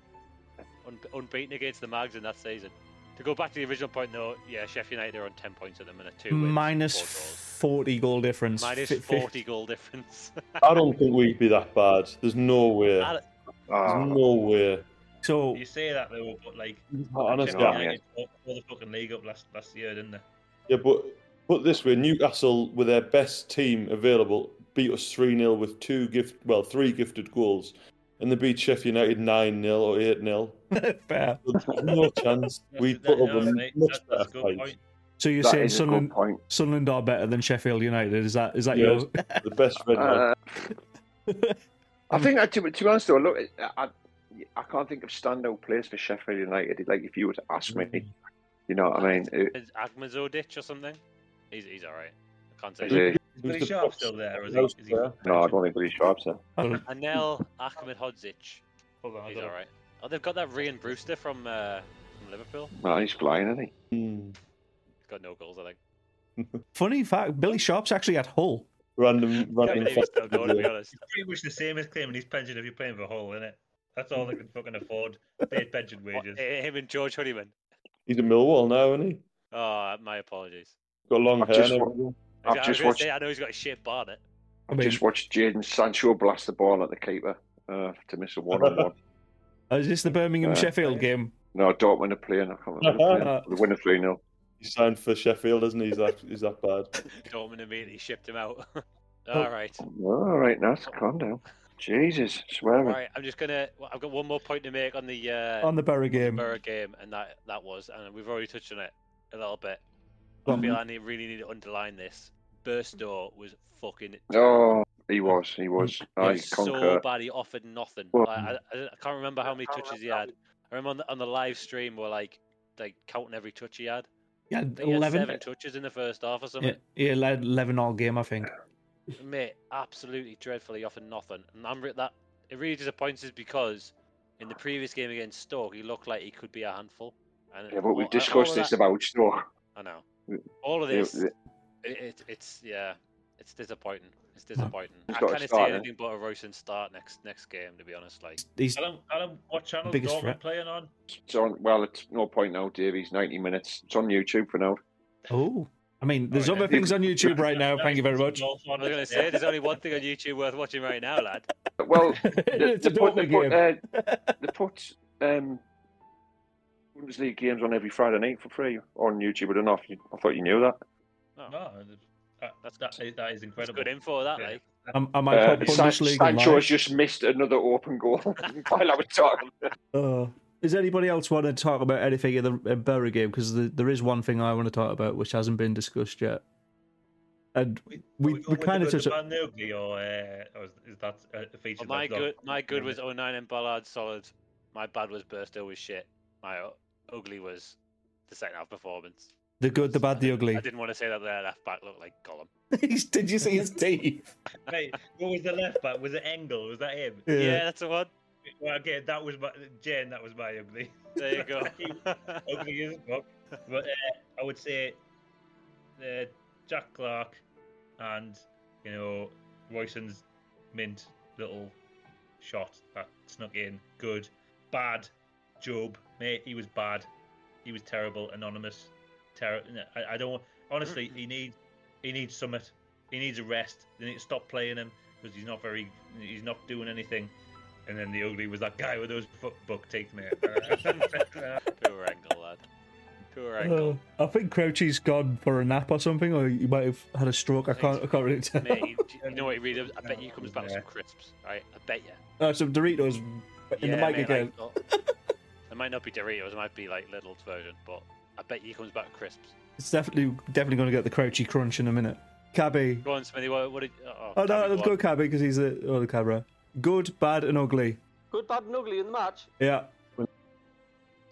Speaker 2: un- unbeaten against the Mags in that season. To go back to the original point, though, yeah, Sheffield United are on 10 points at the minute, two wins,
Speaker 1: Minus
Speaker 2: four goals.
Speaker 1: forty goal difference.
Speaker 2: Minus
Speaker 1: Fi- fi-
Speaker 2: 40 goal difference.
Speaker 7: I don't think we'd be that bad. There's no way.
Speaker 2: I-
Speaker 7: There's
Speaker 5: Oh,
Speaker 7: no way.
Speaker 1: So
Speaker 4: You say that though, but like
Speaker 7: Honestly,
Speaker 4: Sheffield
Speaker 5: yeah.
Speaker 4: United tore tore the fucking league up last last year, didn't they?
Speaker 7: Yeah, but put it this way, Newcastle with their best team available beat us three 0 with two gift, well, three gifted goals, and they beat Sheffield United nine 0 or eight 0
Speaker 1: fair.
Speaker 7: No chance. We
Speaker 4: That-
Speaker 7: put up
Speaker 4: no,
Speaker 7: a
Speaker 4: mate,
Speaker 7: much
Speaker 4: that's-
Speaker 7: better
Speaker 4: that's a good
Speaker 7: fight.
Speaker 4: point.
Speaker 1: So you're
Speaker 5: that
Speaker 1: saying
Speaker 5: is a good
Speaker 1: Sunderland,
Speaker 5: point.
Speaker 1: Sunderland are better than Sheffield United? Is that is that
Speaker 7: Yeah.
Speaker 1: yours?
Speaker 7: The best red line.
Speaker 5: Uh, I think I, to, to be honest though, look, uh, I, I can't think of standout players for Sheffield United. Like if you were to ask me, you know what I mean? It-
Speaker 2: Is Agmazodic or something? He's, he's all right. I can't say.
Speaker 5: Is it-
Speaker 4: Is
Speaker 7: Who's
Speaker 4: Billy
Speaker 7: the
Speaker 4: Sharp
Speaker 7: best-
Speaker 4: still there? Or is
Speaker 7: best
Speaker 4: he, is he
Speaker 7: player?
Speaker 5: no, I don't think Billy Sharp's there.
Speaker 2: Anel Ahmed Hodzic.
Speaker 4: Hold on, I
Speaker 2: He's
Speaker 4: gotta-
Speaker 2: all right. Oh, they've got that Rian Brewster from uh, from Liverpool.
Speaker 5: No, he's flying, isn't he?
Speaker 7: Hmm.
Speaker 2: He's got no goals, I think.
Speaker 1: Funny fact: Billy Sharp's actually at Hull.
Speaker 7: Random,
Speaker 2: I
Speaker 7: random.
Speaker 2: believe he's still
Speaker 7: fact
Speaker 2: going, to be
Speaker 7: there.
Speaker 2: honest.
Speaker 4: pretty much the same as claiming his pension if you're playing for Hull, isn't it? That's all they can fucking afford. Paid pension
Speaker 2: What,
Speaker 4: wages.
Speaker 2: eh, him and George Honeyman.
Speaker 7: He's in Millwall now, isn't he?
Speaker 2: Oh, my apologies.
Speaker 7: Got long
Speaker 5: I've
Speaker 7: hair.
Speaker 5: just
Speaker 7: and
Speaker 5: wa-
Speaker 7: everything.
Speaker 2: I was
Speaker 5: I've
Speaker 2: gonna
Speaker 5: just watched.
Speaker 2: Say, I know he's got a shit bonnet.
Speaker 1: I
Speaker 5: I've
Speaker 1: mean,
Speaker 5: just watched Jaden Sancho blast the ball at the keeper uh, to miss a one-on-one.
Speaker 1: is this the Birmingham
Speaker 5: Uh,
Speaker 1: Sheffield game?
Speaker 5: no, Dortmund are playing. I can't remember. the winner three 0
Speaker 7: He signed for Sheffield, isn't he? He's that, he's that bad.
Speaker 2: Dortmund immediately shipped him out. All right.
Speaker 5: All right, Nats, calm down. Jesus,
Speaker 2: All
Speaker 5: swearing.
Speaker 2: right. I'm just going to. I've got one more point to make on the. Uh,
Speaker 1: On the Borough game.
Speaker 2: Borough game, and that that was, and we've already touched on it a little bit. I
Speaker 1: Mhm.
Speaker 2: feel I need, really need to underline this. Burstow was fucking
Speaker 5: Oh, He was. He was.
Speaker 2: He
Speaker 5: I
Speaker 2: was
Speaker 5: concur.
Speaker 2: so bad. He offered nothing.
Speaker 5: Oh, Well-
Speaker 2: Like, I, I, I can't remember how many touches he had. I remember on the, on the live stream, we're like, like counting every touch he had.
Speaker 1: He
Speaker 2: I
Speaker 1: had
Speaker 2: think He had
Speaker 1: eleven.
Speaker 2: seven touches in the first half or
Speaker 1: Yeah,
Speaker 2: something.
Speaker 1: he had eleven all game, I think.
Speaker 2: Mate, absolutely dreadful. He offered nothing, and I'm re- that it really disappoints us because in the previous game against Stoke, he looked like he could be a handful. And
Speaker 5: yeah, but
Speaker 2: all-
Speaker 5: we've
Speaker 2: and all
Speaker 5: discussed
Speaker 2: of
Speaker 5: this
Speaker 2: that-
Speaker 5: about Stoke.
Speaker 2: I know.
Speaker 5: We-
Speaker 2: All of
Speaker 5: Yeah,
Speaker 2: this,
Speaker 5: yeah.
Speaker 2: it, it, it's yeah, it's disappointing. It's
Speaker 4: Hmm.
Speaker 2: disappointing. I
Speaker 5: got a
Speaker 2: can't see
Speaker 5: start, eh?
Speaker 2: anything but a roasting start next next game. To be honest, like
Speaker 1: He's
Speaker 4: Alan, Alan, what channel is
Speaker 1: Biggest
Speaker 4: Dortmund
Speaker 1: threat.
Speaker 4: playing on?
Speaker 5: It's on, well, it's no point now, Davies. 90 minutes. It's on YouTube for now.
Speaker 1: oh, I mean, there's
Speaker 4: Oh, yeah.
Speaker 1: other things on YouTube right now. Thank you very much.
Speaker 2: I was gonna say, there's only one thing on YouTube worth watching right now, lad.
Speaker 5: Well, they,
Speaker 1: it's
Speaker 5: they
Speaker 1: a
Speaker 5: put, they
Speaker 1: Dortmund game.
Speaker 5: put, uh, they put um, Bundesliga games on every Friday night for free on YouTube. I don't know if you, I thought you knew that.
Speaker 4: No, that,
Speaker 2: That's-
Speaker 4: that, is, that is
Speaker 2: That's
Speaker 4: incredible.
Speaker 2: good info, that
Speaker 4: Yeah.
Speaker 2: like.
Speaker 1: Um, I might
Speaker 5: Uh,
Speaker 1: put
Speaker 5: San-
Speaker 1: Bundesliga
Speaker 5: Sancho
Speaker 1: live.
Speaker 5: has just missed another open goal while I was talking.
Speaker 1: Uh, does anybody else want to talk about anything in the in Borough game? Because the, there is one thing I want to talk about which hasn't been discussed yet, and we we, kind of touched.
Speaker 4: on the ugly, or, uh, or is, is that a feature?
Speaker 2: Well, my
Speaker 4: that's not-
Speaker 2: good, my good was 09 and Ballard solid. My bad was Burstow was shit. My u- ugly was the second half performance.
Speaker 1: The good, the bad, the ugly.
Speaker 2: I didn't want to say that their left back looked like Gollum.
Speaker 1: Did you see his teeth?
Speaker 4: Wait, what was the left back? Was it Engel? Was that him?
Speaker 2: Yeah, that's the one.
Speaker 4: Well, again, that was my Jen. That was my ugly.
Speaker 2: There you go.
Speaker 4: ugly as fuck. But uh, I would say uh, Jack Clark and you know Royston's mint little shot that snuck in. Good, bad. Job, mate, he was bad. He was terrible. Anonymous. Terrible. I, I don't. Honestly, he needs he needs summit. He needs a rest. They need to stop playing him because he's not very. He's not doing anything. And then the ugly was that guy with those foot book teeth, mate.
Speaker 2: Poor angle, lad. Poor
Speaker 1: Uh,
Speaker 2: angle.
Speaker 1: I think Crouchy's gone for a nap or something, or you might have had a stroke. I can't. I can't really tell.
Speaker 2: Mate, you, you know what he really? I bet you he comes back with some crisps. Right, I bet you.
Speaker 1: Uh, some Doritos in the
Speaker 2: Yeah,
Speaker 1: mic
Speaker 2: mate,
Speaker 1: again.
Speaker 2: Like, oh, it might not be Doritos. It might be like Little's version, but I bet he comes back with crisps.
Speaker 1: It's definitely definitely going to get the Crouchy crunch in a minute. Cabby,
Speaker 2: Go on, Smithy. What, what did? Oh,
Speaker 1: Oh
Speaker 2: Tammy,
Speaker 1: no, let's
Speaker 2: go
Speaker 1: go
Speaker 2: on.
Speaker 1: Cabby because he's the oh, the camera. Good, bad, and ugly.
Speaker 3: Good, bad, and ugly in the match.
Speaker 1: Yeah,
Speaker 3: So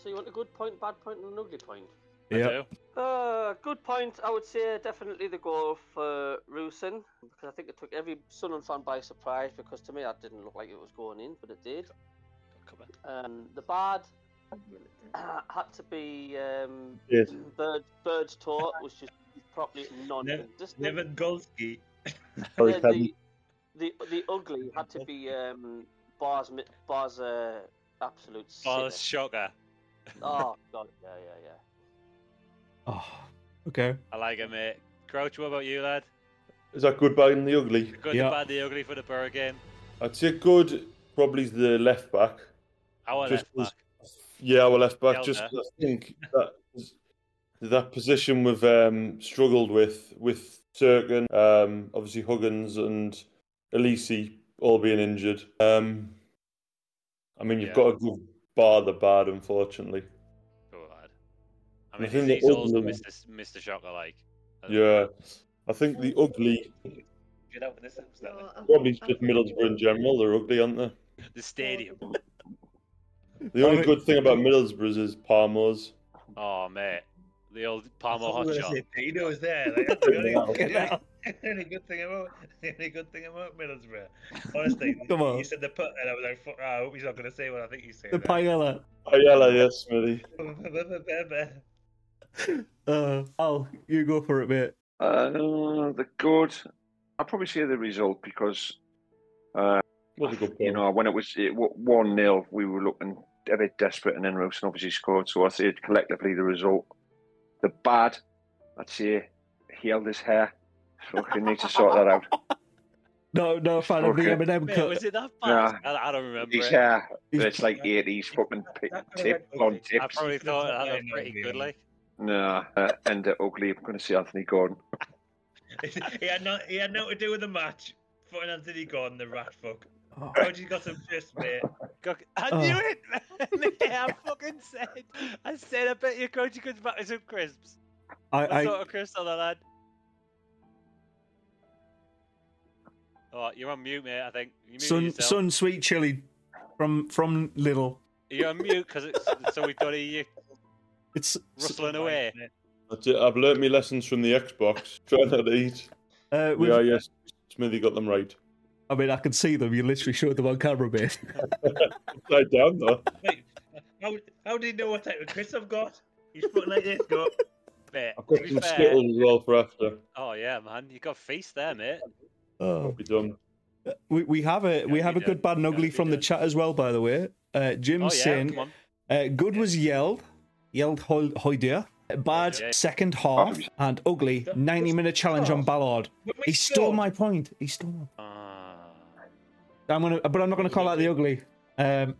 Speaker 3: you want a good point, bad point, and an ugly point.
Speaker 2: I
Speaker 1: yeah.
Speaker 2: do.
Speaker 3: Uh, good point. I would say definitely the goal for Rusin because I think it took every Sunderland fan by surprise because to me that didn't look like it was going in, but it did.
Speaker 2: Come on.
Speaker 3: Um, the bad had to be um,
Speaker 7: Yes.
Speaker 3: Bird Bird's taught was just properly non-consistent.
Speaker 4: Nevin Golski.
Speaker 7: Sorry,
Speaker 3: And then
Speaker 7: Kevin.
Speaker 3: Uh, the, the the ugly had to be um, Bar's mi- Bar's uh, absolute.
Speaker 2: Oh,
Speaker 3: sinner.
Speaker 2: shocker.
Speaker 3: Oh god, yeah, yeah, yeah.
Speaker 1: Oh, okay.
Speaker 2: I like it, mate. Crouch, what about you, lad?
Speaker 7: Is that good, bad, and the ugly?
Speaker 2: The good,
Speaker 1: Yeah.
Speaker 2: the bad, the ugly for the Borough game.
Speaker 7: I'd say good, probably is the left back.
Speaker 2: Our
Speaker 7: Just
Speaker 2: left back.
Speaker 7: Yeah, our left back. Just
Speaker 2: Elder.
Speaker 7: I think that that position we've um, struggled with with Turkin, um, obviously Huggins and Elisi all being injured. Um, I mean, you've
Speaker 2: Yeah.
Speaker 7: got a good bar the bad, unfortunately.
Speaker 2: Go, lad. I
Speaker 7: I
Speaker 2: mean,
Speaker 7: think the
Speaker 2: he's also
Speaker 7: ugly-
Speaker 2: Mr. S- Mr. Shocker, like.
Speaker 7: Yeah, I think the ugly
Speaker 4: Get out with this. Stanley.
Speaker 7: probably just Middlesbrough in general. They're ugly, aren't they?
Speaker 2: Uh, The stadium.
Speaker 7: The only
Speaker 1: Alright.
Speaker 7: good thing about Middlesbrough is Palmer's.
Speaker 2: Oh, mate. The old
Speaker 4: I
Speaker 2: Palmer
Speaker 4: was gonna
Speaker 2: hotshot.
Speaker 4: say Pino's there. Like, that's the only,
Speaker 1: Fucking hell.
Speaker 4: the only good thing about the only good thing about Middlesbrough. Honestly,
Speaker 1: Come on.
Speaker 4: you said the put, and I was like, Fuck, I hope he's not gonna say what I think he's saying.
Speaker 1: The paella.
Speaker 7: Ayala, yes, Smithy.
Speaker 1: Uh, Al, you go for it, mate.
Speaker 5: Uh, the good. I'd probably say the result because uh,
Speaker 7: What a good
Speaker 5: you
Speaker 7: point.
Speaker 5: know when it was it, one 0 we were looking a bit desperate, and then Rosen obviously scored. So I say collectively the result. The bad, I'd say, he held his hair. Fucking need to sort that out.
Speaker 1: No, no fan of the
Speaker 5: Okay.
Speaker 1: Eminem
Speaker 2: Mate,
Speaker 1: cut.
Speaker 2: was it that
Speaker 5: Nah.
Speaker 2: bad? I, I don't remember
Speaker 5: His
Speaker 2: it.
Speaker 5: hair.
Speaker 1: He's-
Speaker 5: It's like eighties fucking pi- tip on
Speaker 2: I
Speaker 5: tips.
Speaker 2: probably thought
Speaker 4: Yeah,
Speaker 2: that was
Speaker 4: no,
Speaker 2: pretty
Speaker 4: yeah.
Speaker 2: good, like.
Speaker 5: Nah, uh, and uh, ugly. I'm going to see Anthony Gordon.
Speaker 4: he had not. He had nothing to do with the match. Fucking Anthony Gordon, the rat fuck.
Speaker 1: Oh,
Speaker 4: How you got some shit, mate?
Speaker 2: Go- I
Speaker 1: Oh.
Speaker 2: knew it! mate, I fucking said. I said, I bet your coach comes back with some crisps.
Speaker 1: I,
Speaker 2: What
Speaker 1: I,
Speaker 2: sort of crisps are there, lad? Oh, you're on mute, mate. I think you mute
Speaker 1: Sun,
Speaker 2: yourself.
Speaker 1: sun sweet chili from from Little.
Speaker 2: You're on mute because it's so we don't hear you
Speaker 1: It's
Speaker 2: rustling away.
Speaker 7: That's it. I've learnt my lessons from the Xbox. Try not to eat.
Speaker 1: uh, we've-
Speaker 7: Yeah, yes. Smithy got them right.
Speaker 1: I mean, I can see them. You literally showed them on camera, mate.
Speaker 7: Upside down though.
Speaker 4: Wait, how, how do you know what type of Chris I've got? He's putting like this, go.
Speaker 2: Mate,
Speaker 7: I've
Speaker 2: to
Speaker 7: got
Speaker 2: be
Speaker 7: some
Speaker 2: fair-
Speaker 7: skittles as well for after.
Speaker 2: Oh yeah, man, you got feast there, mate.
Speaker 1: Oh.
Speaker 7: Be done.
Speaker 1: We, we have a we
Speaker 2: Yeah,
Speaker 1: have a
Speaker 2: you
Speaker 1: good
Speaker 2: do.
Speaker 1: bad and ugly
Speaker 2: Yeah, you
Speaker 1: from the
Speaker 2: do.
Speaker 1: chat as well. By the way, uh, Jim's
Speaker 2: Oh yeah,
Speaker 1: saying
Speaker 2: come on.
Speaker 1: uh, good was yelled, yelled hoi hoi dear. Bad
Speaker 2: Yeah. Oh.
Speaker 1: second half
Speaker 7: Oh,
Speaker 1: and ugly ninety minute challenge on Ballard.
Speaker 4: When we
Speaker 1: He stole
Speaker 4: scored-
Speaker 1: my point. He stole. My...
Speaker 2: Ah.
Speaker 1: I'm gonna, but I'm not gonna call out the ugly. Um,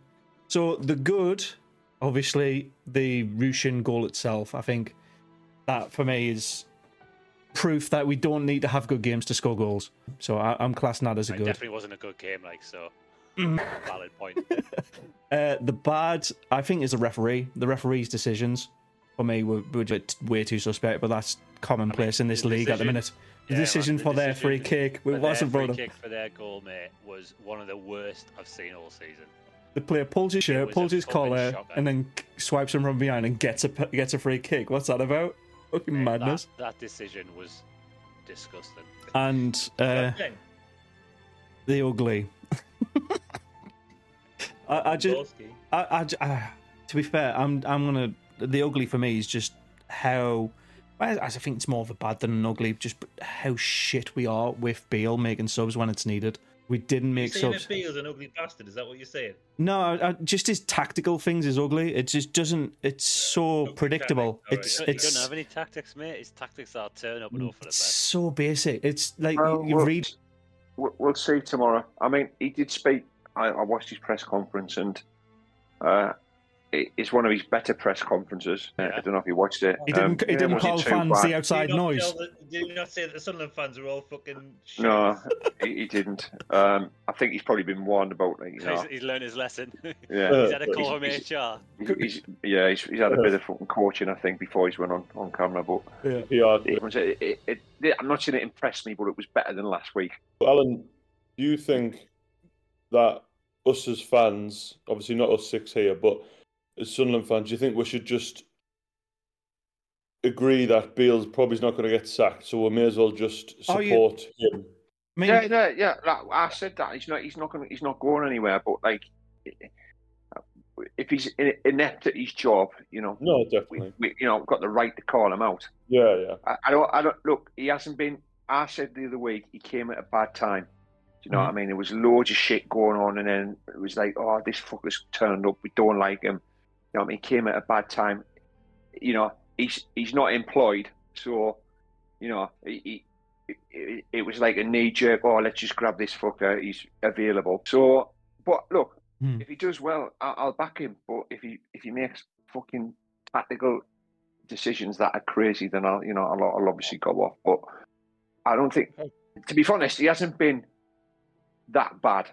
Speaker 1: so the good, obviously, the Russian goal itself. I think that for me is proof that we don't need to have good games to score goals. So I, I'm classing that as a
Speaker 2: It
Speaker 1: good. Mm.
Speaker 2: definitely wasn't a good game, like so. Valid point.
Speaker 1: Uh, the bad, I think, is the referee. The referee's decisions for me were, were just way too suspect, but that's commonplace in this
Speaker 2: the
Speaker 1: league at the
Speaker 2: decision-
Speaker 1: minute. The
Speaker 2: Yeah, man,
Speaker 1: decision
Speaker 2: the
Speaker 1: for their free
Speaker 2: decision
Speaker 1: kick, it
Speaker 2: But
Speaker 1: wasn't
Speaker 2: their
Speaker 1: brought
Speaker 2: free
Speaker 1: up.
Speaker 2: kick for their goal, mate, was one of the worst I've seen all season.
Speaker 1: The player pulls his
Speaker 2: It
Speaker 1: shirt,
Speaker 2: was
Speaker 1: pulls
Speaker 2: a
Speaker 1: his
Speaker 2: fucking
Speaker 1: collar,
Speaker 2: shocker.
Speaker 1: and then swipes him from behind and gets a gets a free kick. What's that about? Fucking
Speaker 2: Mate,
Speaker 1: madness.
Speaker 2: That, that decision was disgusting.
Speaker 1: And uh,
Speaker 4: Something.
Speaker 1: the ugly. I, I just,
Speaker 4: Borski.
Speaker 1: I, I j- I- to be fair, I'm, I'm gonna. The ugly for me is just how. well, I think it's more of a bad than an ugly. Just how shit we are with Beal making subs when it's needed. We didn't
Speaker 4: You're
Speaker 1: make
Speaker 4: saying
Speaker 1: subs.
Speaker 4: that Beale's an ugly bastard, is that what you're saying?
Speaker 1: No, I, I, just his tactical things is ugly. It just doesn't. It's so
Speaker 4: Ugly
Speaker 1: predictable.
Speaker 4: tactic,
Speaker 1: It's
Speaker 2: You
Speaker 4: alright,
Speaker 2: don't- you
Speaker 1: it's
Speaker 2: don't have any tactics, mate. His tactics are turn up and hope for the
Speaker 1: it's
Speaker 2: best.
Speaker 1: so basic. It's like you-
Speaker 5: Well,
Speaker 1: you
Speaker 5: we'll-
Speaker 1: read.
Speaker 5: We'll, we'll see tomorrow. I mean, he did speak. I, I watched his press conference, and uh, it, it's one of his better press conferences. Uh, I
Speaker 2: Yeah.
Speaker 5: don't know if you watched it.
Speaker 1: He didn't.
Speaker 5: Um,
Speaker 1: he
Speaker 5: yeah,
Speaker 1: didn't
Speaker 5: was it
Speaker 1: call
Speaker 5: too
Speaker 1: fans
Speaker 5: bad?
Speaker 1: the outside
Speaker 4: Did you not
Speaker 1: noise.
Speaker 4: tell the- Did you not say that the Sunderland fans are all fucking shit?
Speaker 5: No, he, he didn't. Um, I think he's probably been warned about like, you know.
Speaker 2: He's, he's learned his lesson.
Speaker 5: Yeah,
Speaker 2: he's had a
Speaker 5: He's-
Speaker 2: call from
Speaker 5: he's-
Speaker 2: HR.
Speaker 5: he's, yeah, he's, he's had a bit of fucking coaching, I think, before he's went on, on camera. But
Speaker 7: PR.
Speaker 5: it was, it, it, it- I'm not saying it impressed me, but it was better than last week.
Speaker 7: Alan, do you think that us as fans, obviously not us six here, but as Sunderland fans, do you think we should just agree that Beale's probably not going to get sacked, so we may as well just
Speaker 1: Are you-
Speaker 7: support him?
Speaker 1: I mean,
Speaker 5: Yeah, yeah, yeah. Like, I said that he's not, he's not going, he's not going anywhere. But like, if he's in- inept at his job, you know,
Speaker 7: No,
Speaker 5: we,
Speaker 7: definitely.
Speaker 5: we, you know, we've got the right to call him out.
Speaker 7: Yeah, yeah.
Speaker 5: I, I don't, I don't look. He hasn't been. I said the other week he came at a bad time. Do you know what I mean? There was loads of shit going on, and then it was like, oh, this fucker's turned up. We don't like him. You know what I mean? He came at a bad time. You know, he's he's not employed, so you know, he, he, it, it was like a knee jerk. Oh, let's just grab this fucker. He's available. So, but look,
Speaker 1: Hmm.
Speaker 5: if he does well, I, I'll back him. But if he if he makes fucking tactical decisions that are crazy, then I'll you know I'll, I'll obviously go off. But I don't think, to be honest, he hasn't been that bad,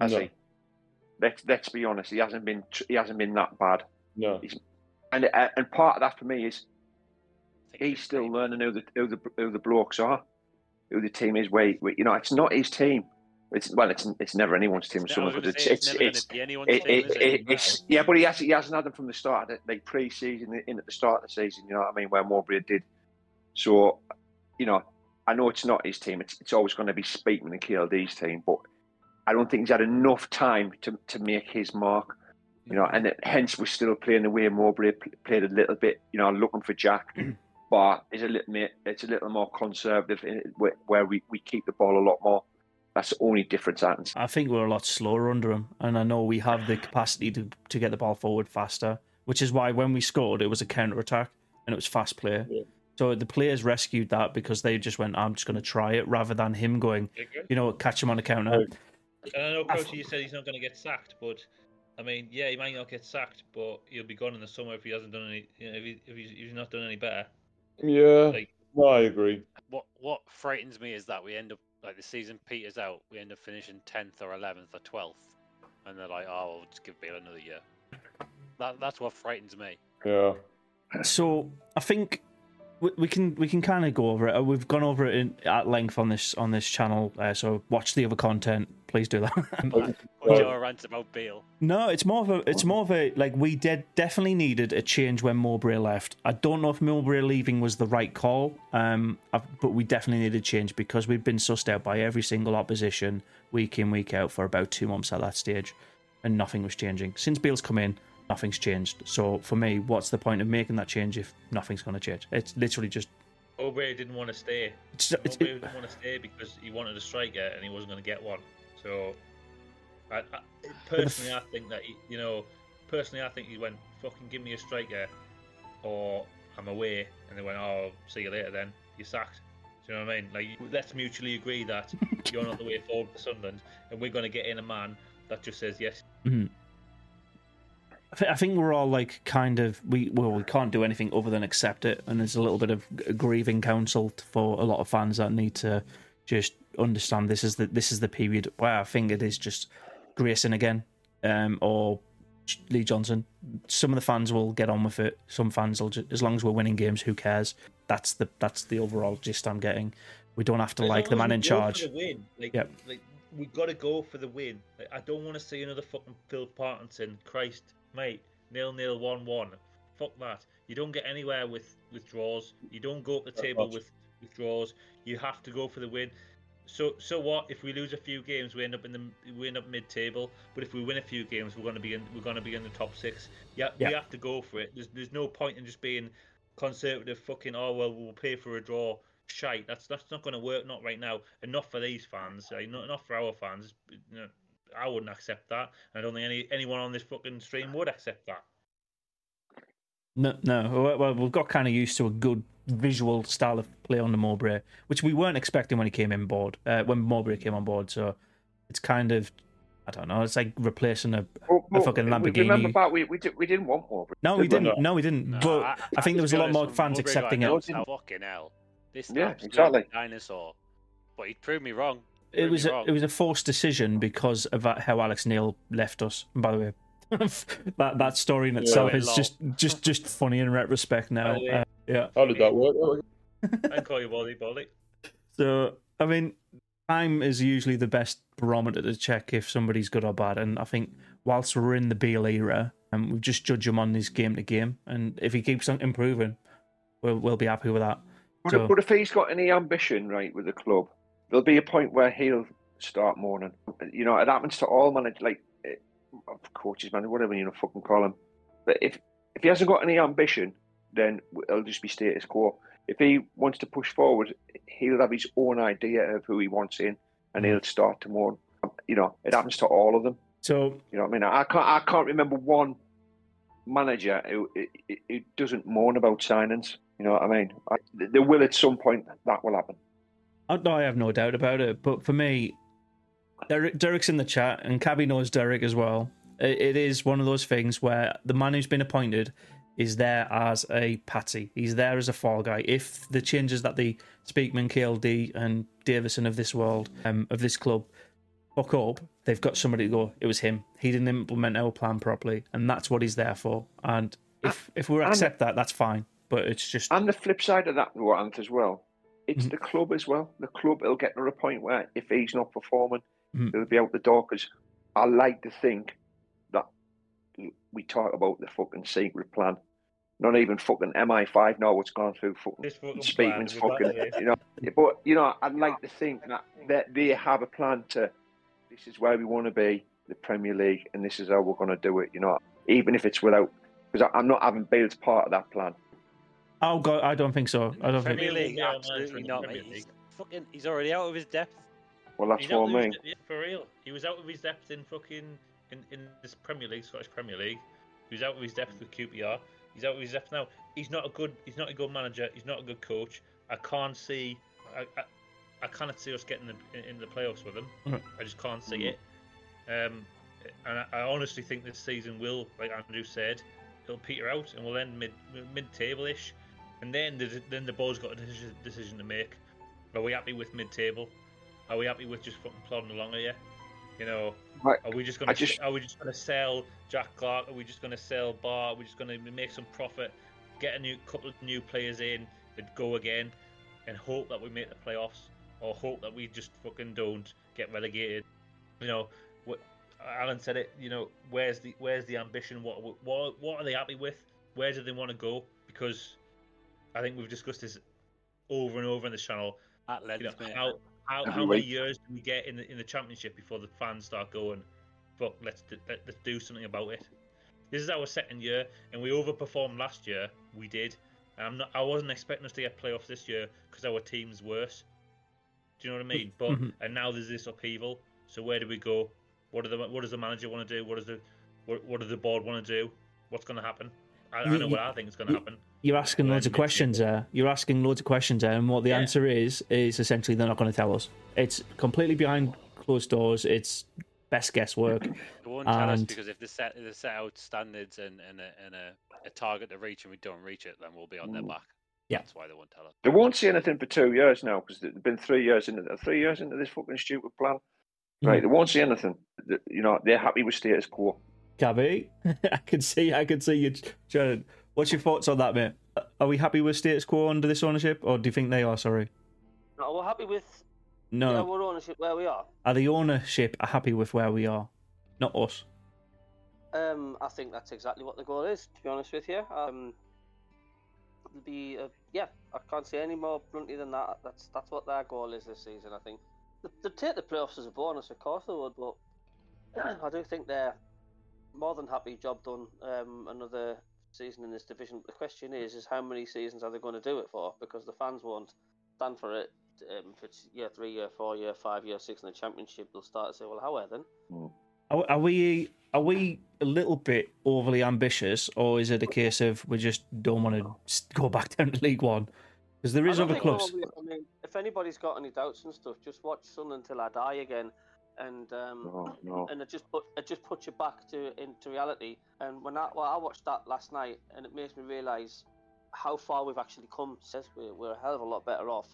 Speaker 5: has
Speaker 7: No.
Speaker 5: he? Let's let's be honest, he hasn't been tr- he hasn't been that bad.
Speaker 7: No.
Speaker 5: And uh, and part of that for me is
Speaker 2: I think
Speaker 5: he's
Speaker 2: it's
Speaker 5: still
Speaker 2: fine.
Speaker 5: learning who the who the who the blokes are, who the team is. Where, where- you know, it's not his team. It's well, it's it's never anyone's team.
Speaker 2: No, I
Speaker 5: Someone,
Speaker 2: was gonna
Speaker 5: it's
Speaker 2: say,
Speaker 5: it's
Speaker 2: never
Speaker 5: it's.
Speaker 2: gonna be anyone's
Speaker 5: It,
Speaker 2: team,
Speaker 5: it,
Speaker 2: is it?
Speaker 5: it, it's yeah, but he hasn't he hasn't had them from the start, like pre-season, in at the start of the season. You know what I mean? Where Mowbray did. So, you know, I know it's not his team. It's it's always going to be Speakman and KLD's team, but I don't think he's had enough time to to make his mark. You know, and it, hence we're still playing the way Mowbray pl- played a little bit. You know, looking for Jack, but it's a little bit it's a little more conservative in, where, where we, we keep the ball a lot more. That's the only difference I can see.
Speaker 1: I think we're a lot slower under him, and I know we have the capacity to, to get the ball forward faster, which is why when we scored, it was a counter attack and it was fast play.
Speaker 7: Yeah.
Speaker 1: So the players rescued that because they just went, "I'm just going to try it," rather than him going,
Speaker 4: Okay.
Speaker 1: you know, catch him on a counter.
Speaker 4: And I know,
Speaker 1: I
Speaker 4: Crouchy,
Speaker 1: thought-
Speaker 4: you said he's not going to get sacked, but I mean, yeah, he might not get sacked, but he'll be gone in the summer if he hasn't done any, you know, if, he, if he's, if he's not done any better.
Speaker 7: Yeah.
Speaker 4: Like-
Speaker 7: No, I agree.
Speaker 2: what what frightens me is that we end up like the season peters out, we end up finishing tenth or eleventh or twelfth, and they're like, oh, we'll just give Bale another year. That that's what frightens me.
Speaker 7: Yeah.
Speaker 1: So I think we- we can we can kind of go over it. Uh, We've gone over it in, at length on this on this channel. Uh, so watch the other content. Please do that.
Speaker 2: Or
Speaker 7: Well-
Speaker 2: your rant about Bale.
Speaker 1: No, it's more of a it's more of a like we did definitely needed a change when Mowbray left. I don't know if Mowbray leaving was the right call, um, I- but we definitely needed change because we'd been sussed out by every single opposition week in week out for about two months at that stage, and nothing was changing. Since Beale's come in, nothing's changed. So for me, what's the point of making that change if nothing's going to change? It's literally just
Speaker 4: Aubrey didn't want to stay.
Speaker 1: it's, it's,
Speaker 4: Aubrey didn't want to stay because he wanted a striker and he wasn't going to get one. So, I, I, personally, I think that he, you know, personally, I think he went, "Fucking give me a striker, or I'm away." And they went, "Oh, see you later then. You're sacked." Do you know what I mean? Like, let's mutually agree that you're not the way forward for Sunderland, and we're going to get in a man that just says yes.
Speaker 1: I thi- I think we're all like kind of we well we can't do anything other than accept it, and there's a little bit of g- grieving counsel t- for a lot of fans that need to just understand this is the this is the period where I think it is just Grayson again, um, or J- Lee Johnson. Some of the fans will get on with it. Some fans will just as long as we're winning games, who cares? That's the that's the overall gist I'm getting. We don't have to
Speaker 4: As
Speaker 1: like the man
Speaker 4: long as we
Speaker 1: in
Speaker 4: go for
Speaker 1: charge.
Speaker 4: the win, Like,
Speaker 1: Yep.
Speaker 4: like we got to go for the win. Like, I don't want to see another fucking Phil Parkinson. Christ, mate, nil nil one one. Fuck that. You don't get anywhere with with draws. You don't go up the table
Speaker 7: much.
Speaker 4: with with draws. You have to go for the win. So so what if we lose a few games? We end up in the we end up mid table. But if we win a few games, we're going to be in we're going to be in the top six. Yeah,
Speaker 1: Yeah.
Speaker 4: we have to go for it. There's there's no point in just being conservative fucking oh well we'll pay for a draw shite that's that's not going to work not right now and not for these fans like, not, not for our fans you know, i wouldn't accept that i don't think any anyone on this fucking stream would accept that
Speaker 1: No, no. Well, Well, we've got kind of used to a good visual style of play under Mowbray, which we weren't expecting when he came in board. Uh, when Mowbray came on board, so it's kind of, I don't know. It's like replacing a.
Speaker 5: Well, well,
Speaker 1: fucking
Speaker 5: we-
Speaker 1: Lamborghini.
Speaker 5: Remember back, we, we, did, we didn't want Mowbray.
Speaker 1: No, we
Speaker 5: Did we?
Speaker 1: didn't. No, we didn't.
Speaker 2: Nah,
Speaker 1: but I,
Speaker 2: to
Speaker 1: think there was
Speaker 2: be
Speaker 1: a lot
Speaker 2: honest,
Speaker 1: more
Speaker 2: when
Speaker 1: fans
Speaker 2: Mowbray got
Speaker 1: accepting it.
Speaker 2: announced,
Speaker 5: it.
Speaker 2: I Fucking hell. This
Speaker 5: Yeah,
Speaker 2: absolute
Speaker 5: exactly.
Speaker 2: dinosaur. But he proved me wrong.
Speaker 1: It
Speaker 2: Proved
Speaker 1: was
Speaker 2: me
Speaker 1: a,
Speaker 2: wrong.
Speaker 1: it was a forced decision because of that- how Alex Neil left us. And by the way, that that story in itself
Speaker 2: Yeah.
Speaker 1: is just just just funny in retrospect now.
Speaker 4: By the way-
Speaker 1: Uh, yeah.
Speaker 7: How did that work?
Speaker 4: i call you body bolly
Speaker 1: So I mean, time is usually the best barometer to check if somebody's good or bad. And I think whilst we're in the Beal era, and we just judge him on his game to game, and if he keeps on improving, we'll, we'll be happy with that.
Speaker 5: But,
Speaker 1: So-
Speaker 5: but if he's got any ambition, right, with the club, there'll be a point where he'll start mourning. You know, it happens to all managers, like eh, coaches, man, whatever you know, fucking call him. But if if he hasn't got any ambition, then it'll just be status quo. If he wants to push forward, he'll have his own idea of who he wants in, and
Speaker 1: Mm.
Speaker 5: he'll start to mourn. You know, it happens to all of them.
Speaker 1: So
Speaker 5: You know what I mean? I can't I can't remember one manager who, who, who doesn't moan about signings. You know what I mean? I, there will at some point that will happen.
Speaker 1: I, no, I have no doubt about it. But for me, Derek, Derek's in the chat, and Cabby knows Derek as well. It, it is one of those things where the man who's been appointed is there as a patty. He's there as a fall guy. If the changes that the Speakman, KLD, and Davison of this world, um, of this club, fuck up, they've got somebody to go. It was him. He didn't implement our plan properly, and that's what he's there for. And if if we accept that, that's fine. But it's just
Speaker 5: And the flip side of that, though, Ant, as well, it's
Speaker 1: Mhm.
Speaker 5: the club as well. The club will get to a point where if he's not performing,
Speaker 1: Mhm.
Speaker 5: he'll be out the door. Because I like to think that we talk about the fucking secret plan. Not even fucking MI5 know what's gone through fucking
Speaker 4: this fucking
Speaker 5: Speakman's
Speaker 4: plan, we'd like
Speaker 5: fucking,
Speaker 4: to-
Speaker 5: you know. But you know, I'd like to think that that they have a plan to. This is where we want to be, the Premier League, and this is how we're going to do it. You know, even if it's without, because I'm not having Bale's part of that plan.
Speaker 1: oh god, I don't think so. I don't think.
Speaker 2: Premier League,
Speaker 4: League, yeah,
Speaker 2: absolutely
Speaker 4: management,
Speaker 2: not,
Speaker 4: Premier
Speaker 2: mate.
Speaker 4: League.
Speaker 2: He's, fucking, he's already out of his depth.
Speaker 5: Well, that's
Speaker 4: He's
Speaker 5: what
Speaker 4: out
Speaker 5: I
Speaker 4: of his
Speaker 5: mean.
Speaker 4: de- yeah, for real he was out of his depth in fucking in, in this premier league scottish premier league he was out of his depth with qpr he's out of his depth now he's not a good he's not a good manager he's not a good coach i can't see i i, I cannot see us getting the, in, in the playoffs with him
Speaker 1: Mhm.
Speaker 4: i just can't see it um and I, I honestly think this season will like andrew said it'll peter out and we'll end mid mid table ish and then the, then the board's got a decision, decision to make are we happy with mid table are we happy with just fucking plodding along here you know
Speaker 5: Right.
Speaker 4: are we just gonna
Speaker 5: I just-
Speaker 4: are we just gonna sell Jack Clark? Are we just gonna sell Bar? Are we just gonna make some profit, get a new couple of new players in, and go again and hope that we make the playoffs or hope that we just fucking don't get relegated. You know, what Alan said it. You know, where's the where's the ambition? What what what are they happy with? Where do they want to go? Because I think we've discussed this over and over in this channel.
Speaker 2: At length,
Speaker 4: You know,
Speaker 2: mate.
Speaker 4: how how,
Speaker 5: Every
Speaker 4: how many
Speaker 5: week.
Speaker 4: years do we get in the in the championship before the fans start going? Fuck, let's d- let, let's do something about it. This is our second year, and we overperformed last year. We did. And I'm not. I wasn't expecting us to get playoffs this year because our team's worse. Do you know what I mean? But
Speaker 1: Mhm.
Speaker 4: and now there's this upheaval. So where do we go? What do the what does the manager want to do? What does the what, what does the board want to do? What's going to happen? I, I
Speaker 1: You-
Speaker 4: know
Speaker 1: you-
Speaker 4: what I think is going
Speaker 1: you-
Speaker 4: to happen.
Speaker 1: You're asking
Speaker 4: Well,
Speaker 1: loads of
Speaker 4: admit it.
Speaker 1: questions there. You're asking loads of questions there, and what the
Speaker 4: Yeah.
Speaker 1: answer is is essentially they're not going to tell us. It's completely behind closed doors. It's best guesswork.
Speaker 2: They won't tell us
Speaker 1: And-
Speaker 2: because if they set they set out standards and and a, and a, a target to reach and we don't reach it, then we'll be on their
Speaker 5: Mm.
Speaker 2: back.
Speaker 1: Yeah.
Speaker 2: That's why they won't tell us.
Speaker 5: They won't see anything for two years now because they've been three years into three years into this fucking stupid plan.
Speaker 7: Hmm.
Speaker 5: Right, they won't see anything. Th- You know, they're happy with status quo.
Speaker 1: Gabby, eh? I can see, I can see you. Jared, what's your thoughts on that, mate? Are we happy with status quo under this ownership, or do you think they are? Sorry,
Speaker 3: No, we're happy with
Speaker 1: no.
Speaker 3: yeah, our ownership where we are.
Speaker 1: Are the ownership are happy with where we are? Not us.
Speaker 3: Um, I think that's exactly what the goal is. To be honest with you, um, it'll be uh, yeah. I can't say any more bluntly than that. That's that's what their goal is this season. I think They- they'd take the playoffs as a bonus, of course they would, but I do think they're more than happy. Job done. Um, another season in this division. But the question is, is how many seasons are they going to do it for? Because the fans won't stand for it. Um, if it's year three, year four, year five, year six in the championship, they'll start to say, well, how are then?
Speaker 1: Are, are we are we a little bit overly ambitious, or is it a case of we just don't want to go back down to League One? Because there is
Speaker 3: I don't
Speaker 1: other
Speaker 3: think we're
Speaker 1: clubs.
Speaker 3: overly- I mean, if anybody's got any doubts and stuff, just watch Sun until I die again, and um,
Speaker 5: No, no.
Speaker 3: and it just put it just puts you back to into reality. And when I well, I watched that last night, and it makes me realise how far we've actually come. Says we're, we're a hell of a lot better off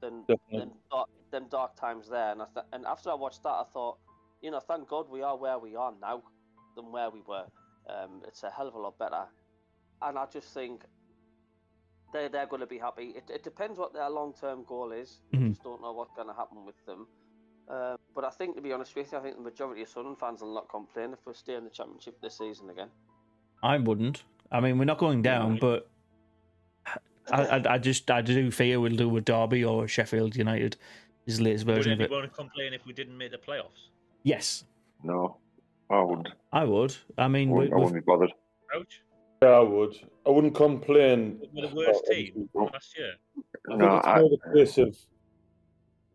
Speaker 3: than
Speaker 7: Definitely.
Speaker 3: than dark, than dark times there. And I th- and after I watched that, I thought, you know, thank God we are where we are now than where we were. Um, it's a hell of a lot better. And I just think they they're going to be happy. It, it depends what their long term goal is.
Speaker 1: Mhm.
Speaker 3: I just don't know what's going to happen with them. Um, but I think, to be honest with you, I think the majority of Sunderland fans will not complain if we stay in the Championship this season again.
Speaker 1: I wouldn't. I mean, we're not going down, but I, I, I just I do fear we'll do with Derby or Sheffield United. Is the latest
Speaker 4: Would
Speaker 1: version of it.
Speaker 4: anyone complain if we didn't make the playoffs?
Speaker 1: Yes,
Speaker 5: No, I wouldn't.
Speaker 1: I would. I mean,
Speaker 5: I
Speaker 1: we,
Speaker 5: wouldn't, I wouldn't
Speaker 1: we've,
Speaker 5: be bothered.
Speaker 4: Ouch!
Speaker 7: Yeah, I would. I wouldn't complain.
Speaker 4: We're the worst
Speaker 7: about
Speaker 4: team
Speaker 7: anything, but
Speaker 4: last year.
Speaker 7: I
Speaker 5: No,
Speaker 7: think it's
Speaker 5: I-
Speaker 7: more the case of